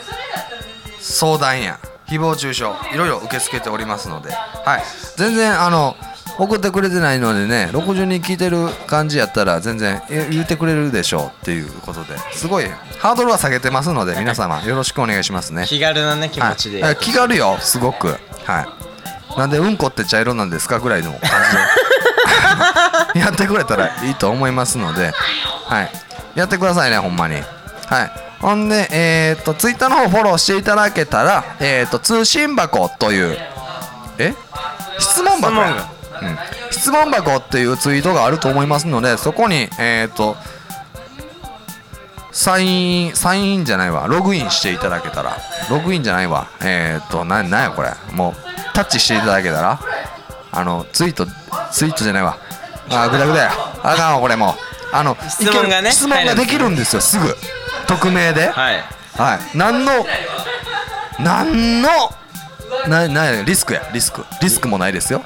S7: 相談や誹謗中傷いろいろ受け付けておりますので、はい、全然あの送ってくれてないのでね60人聞いてる感じやったら全然え言ってくれるでしょうっていうことですごいハードルは下げてますので皆様よろしくお願いしますね、
S3: 気軽なね気持ちで、
S7: はい、気軽よすごくはいなんでうんこって茶色なんですかぐらいの感 [laughs] じでやってくれたらいいと思いますので、はい、やってくださいねほんまにはいほんで、えっ、ー、と、ツイッターの方フォローしていただけたら、えっ、ー、と、通信箱という、え質問箱やうん、質問箱っていうツイートがあると思いますので、そこに、えっ、ー、と、サイン、サインじゃないわ、ログインしていただけたら、ログインじゃないわ、えっ、と、な、なんやこれ、もう、タッチしていただけたら、あの、ツイート、ツイートじゃないわ、あー、ぐだぐだや、あかんわ、これもう、あの、
S3: 質問がね
S7: いける質問ができるんですよ、すぐ。匿名で、はい、
S3: はい
S7: 何の、何の、な、な、リスクや、リスク、リスクもないですよ。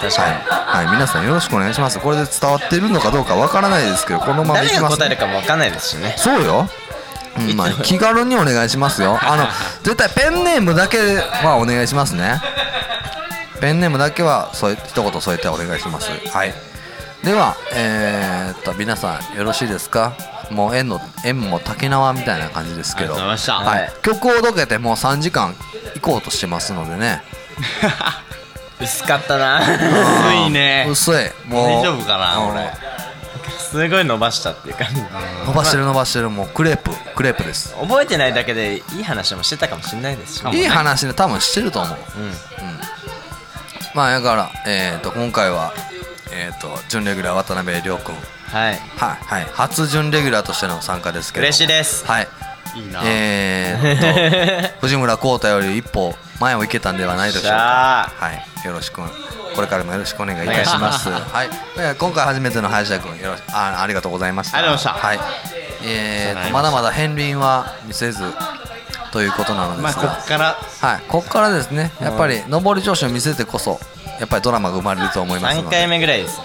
S3: 確かに、
S7: はい、はい、皆さんよろしくお願いします。これで伝わってるのかどうかわからないですけど、このままい
S3: 誰
S7: き
S3: が
S7: ます、
S3: 答えるかもわかんないですしね
S7: そうよ。うんまあ、気軽にお願いします [laughs] よ。あの、絶対ペンネームだけはお願いしますね。ペンネームだけは、そう、一言添えてお願いします。はい。では、えー、っと、皆さんよろしいですか。もう縁の縁も竹縄みたいな感じですけ
S1: あり
S7: ど、
S1: がとうございました
S7: はい
S3: はい
S7: 曲をどけてもう3時間行こうとしてますのでね、
S3: 薄かったな
S1: 薄い
S3: [laughs]
S1: ね
S7: 薄い、もう
S1: 大丈夫かな
S7: うん
S1: 俺
S3: すごい伸ばしたっていう感じ
S7: 伸ばしてる伸ばしてる、もうクレープ、クレープです。
S3: 覚えてないだけでいい話もしてたかもしれないですしね
S7: いい話ね、多分してると思う。
S3: うん
S7: まあ、だから、えー、と今回は、えー、と準レギュラー渡辺亮君、
S3: はい
S7: はいはい、初準レギュラーとしての参加ですけども
S3: 嬉しいです
S7: はい
S1: いいな
S7: えー、と藤村浩太より一歩前を行けたんではないでしょうか。はい、よろしくこれからもよろしくお願いいたします。はい、えー今回初めての林田君よろしあありがとうございました。
S1: ありがとうございました
S7: はい、えーとまだまだ片鱗は見せずということなの
S1: ま
S7: で
S1: あ
S7: す
S1: こ
S7: が、
S1: っから
S7: はい、ここからですね、やっぱり上り調子を見せてこそ、やっぱりドラマが生まれると思います
S3: 3
S7: の
S3: 回
S7: で、
S3: 目ぐらいです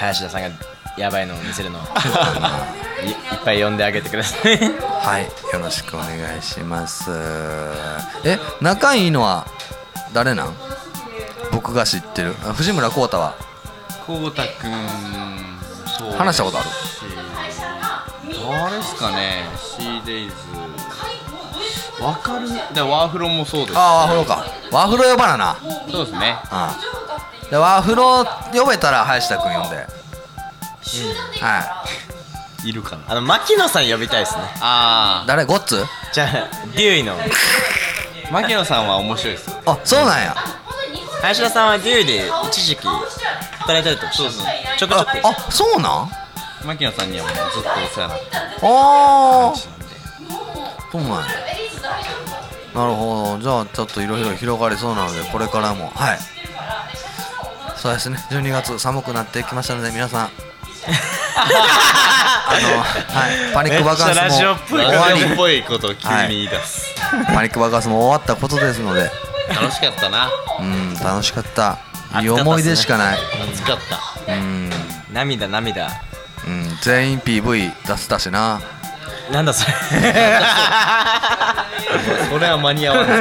S3: 林田さんがやばいのを見せる [laughs] のをいいっぱい呼んであげてください
S7: はい、よろしくお願いします。え、仲いいのは誰なん？僕が知ってるあ藤村浩太は
S1: こうたくんそう
S7: 話したことある
S1: 誰ですかねシーデイズわかるでワーフロもそうです
S7: ああ、ワーフロか。ワーフロ呼ばなな。
S1: そうですね
S7: ああでワーフロ呼べたら林田君呼んで。はい
S1: るかな
S3: あの牧野さん呼びたいですね
S7: い。
S1: あ
S7: 誰？ゴッツ？
S3: じゃあデューイの
S1: あ牧野さんは面白いですよ
S7: あ、そうなんや。
S3: 林田さんはデューイで一時期働いてるとそうそうちょこちょ
S7: あ
S3: こ、
S7: あそうなん？
S1: 牧野さんにはもうずっとお世話になって
S7: ああ
S1: る。しなんで
S7: そうなんやなるほどじゃあちょっといろいろ広がりそうなのでこれからもはいそうですね12月寒くなってきましたので
S3: [laughs]
S7: 皆さんあの、はい、パニックバカンス
S3: めっちゃ
S7: も
S3: ラジオっぽ
S7: 終
S3: い
S7: わ
S1: ラジオっ
S7: り
S1: ぽいことを急に言い出す、
S7: パニックバカンスも終わったことですので
S1: 楽しかったな
S7: うん楽しかったいい思い出しかない、
S1: 暑かった
S7: うん、
S3: 涙涙
S7: うん、全員 PV 出せたしな
S3: なんだそ [laughs] れ
S1: それは間に合わない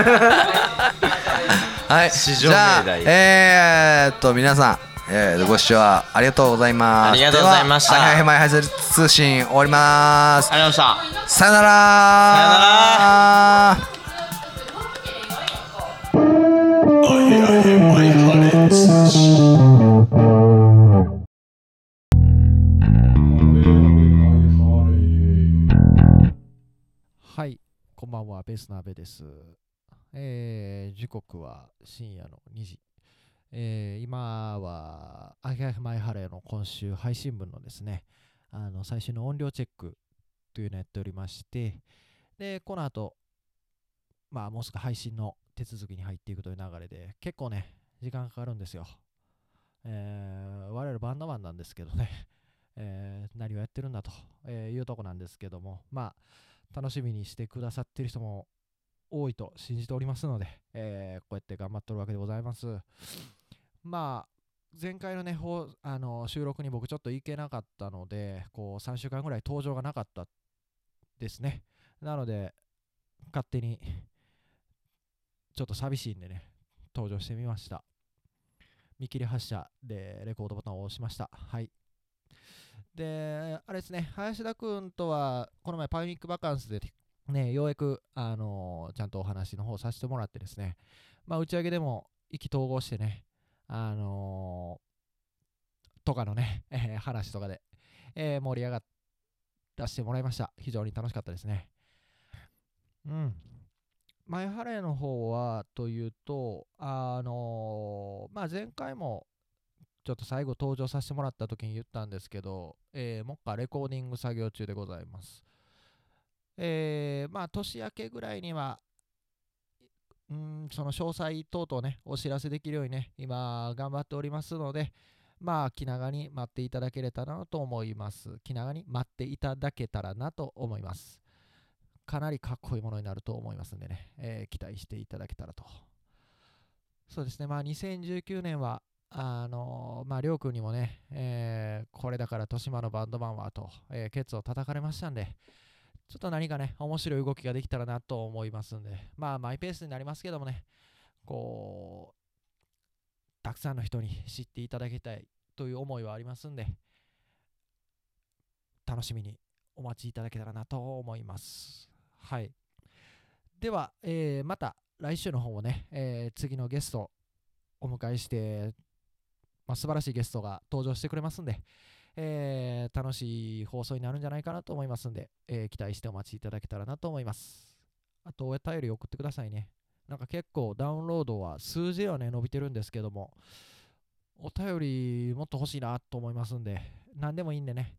S7: はい、
S3: 史上
S7: じゃあ
S3: 命題
S7: えー、っと皆さん、えー、ご視聴ありがとうございます
S3: ありがとうございました
S7: でははいはいはいはい通信終わります
S3: ありがとうございました
S7: さよなら
S3: さよな
S7: ら
S8: はい、こんばんは、ベースの阿部です。えー時刻は深夜の2時。えー今は、アゲハマイハレーの今週配信分のですね、あの最新の音量チェックというのをやっておりまして、で、この後、まあ、もうすぐ配信の手続きに入っていくという流れで、結構ね、時間かかるんですよ。えー我々バンドマンなんですけどね、えー何をやってるんだと、えーいうとこなんですけども、まあ、楽しみにしてくださってる人も多いと信じておりますので、えーこうやって頑張ってるわけでございます。まあ、前回のね、ほうあの収録に僕ちょっと行けなかったので、こう3週間ぐらい登場がなかったですね。なので、勝手にちょっと寂しいんでね、登場してみました。見切り発車でレコードボタンを押しました。はい。で、あれですね、林田君とは、この前、パイニックバカンスで、ね、ようやく、あのーちゃんとお話の方させてもらってですね、まあ、打ち上げでも意気投合してね、あのーとかのね、 [laughs] えー話とかで、えー盛り上がらせてもらいました。非常に楽しかったですね。うん。前ハレーの方はというと、あのーまあ、前回もちょっと最後登場させてもらった時に言ったんですけど、えー、もっかレコーディング作業中でございます。えー、まあ年明けぐらいには、うんその詳細等々ね、お知らせできるようにね、今頑張っておりますので、まあ気長に待っていただけれたらなと思います。気長に待っていただけたらなと思います。かなりかっこいいものになると思いますんでね、えー期待していただけたらと。そうですね、まあ2019年は、あのまあ、りょうくんにもね、えーこれだから豊島のバンドマンはと、えーケツを叩かれましたんで、ちょっと何かね、面白い動きができたらなと思いますんで、まあ、マイペースになりますけどもね、こう、たくさんの人に知っていただきたいという思いはありますんで、楽しみにお待ちいただけたらなと思います。はい。では、えーまた来週の方もね、えー次のゲストをお迎えして、まあ、素晴らしいゲストが登場してくれますんで、えー楽しい放送になるんじゃないかなと思いますんで、えー期待してお待ちいただけたらなと思います。あと、お便り送ってくださいね。なんか結構ダウンロードは数字はね、伸びてるんですけども、お便りもっと欲しいなと思いますんで、何でもいいんでね、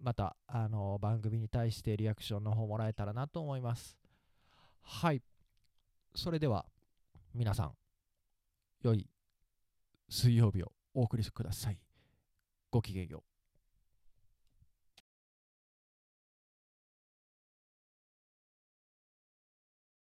S8: また、あの、番組に対してリアクションの方もらえたらなと思います。はい。それでは、皆さん、良い水曜日をお送りください。ごきげんよう。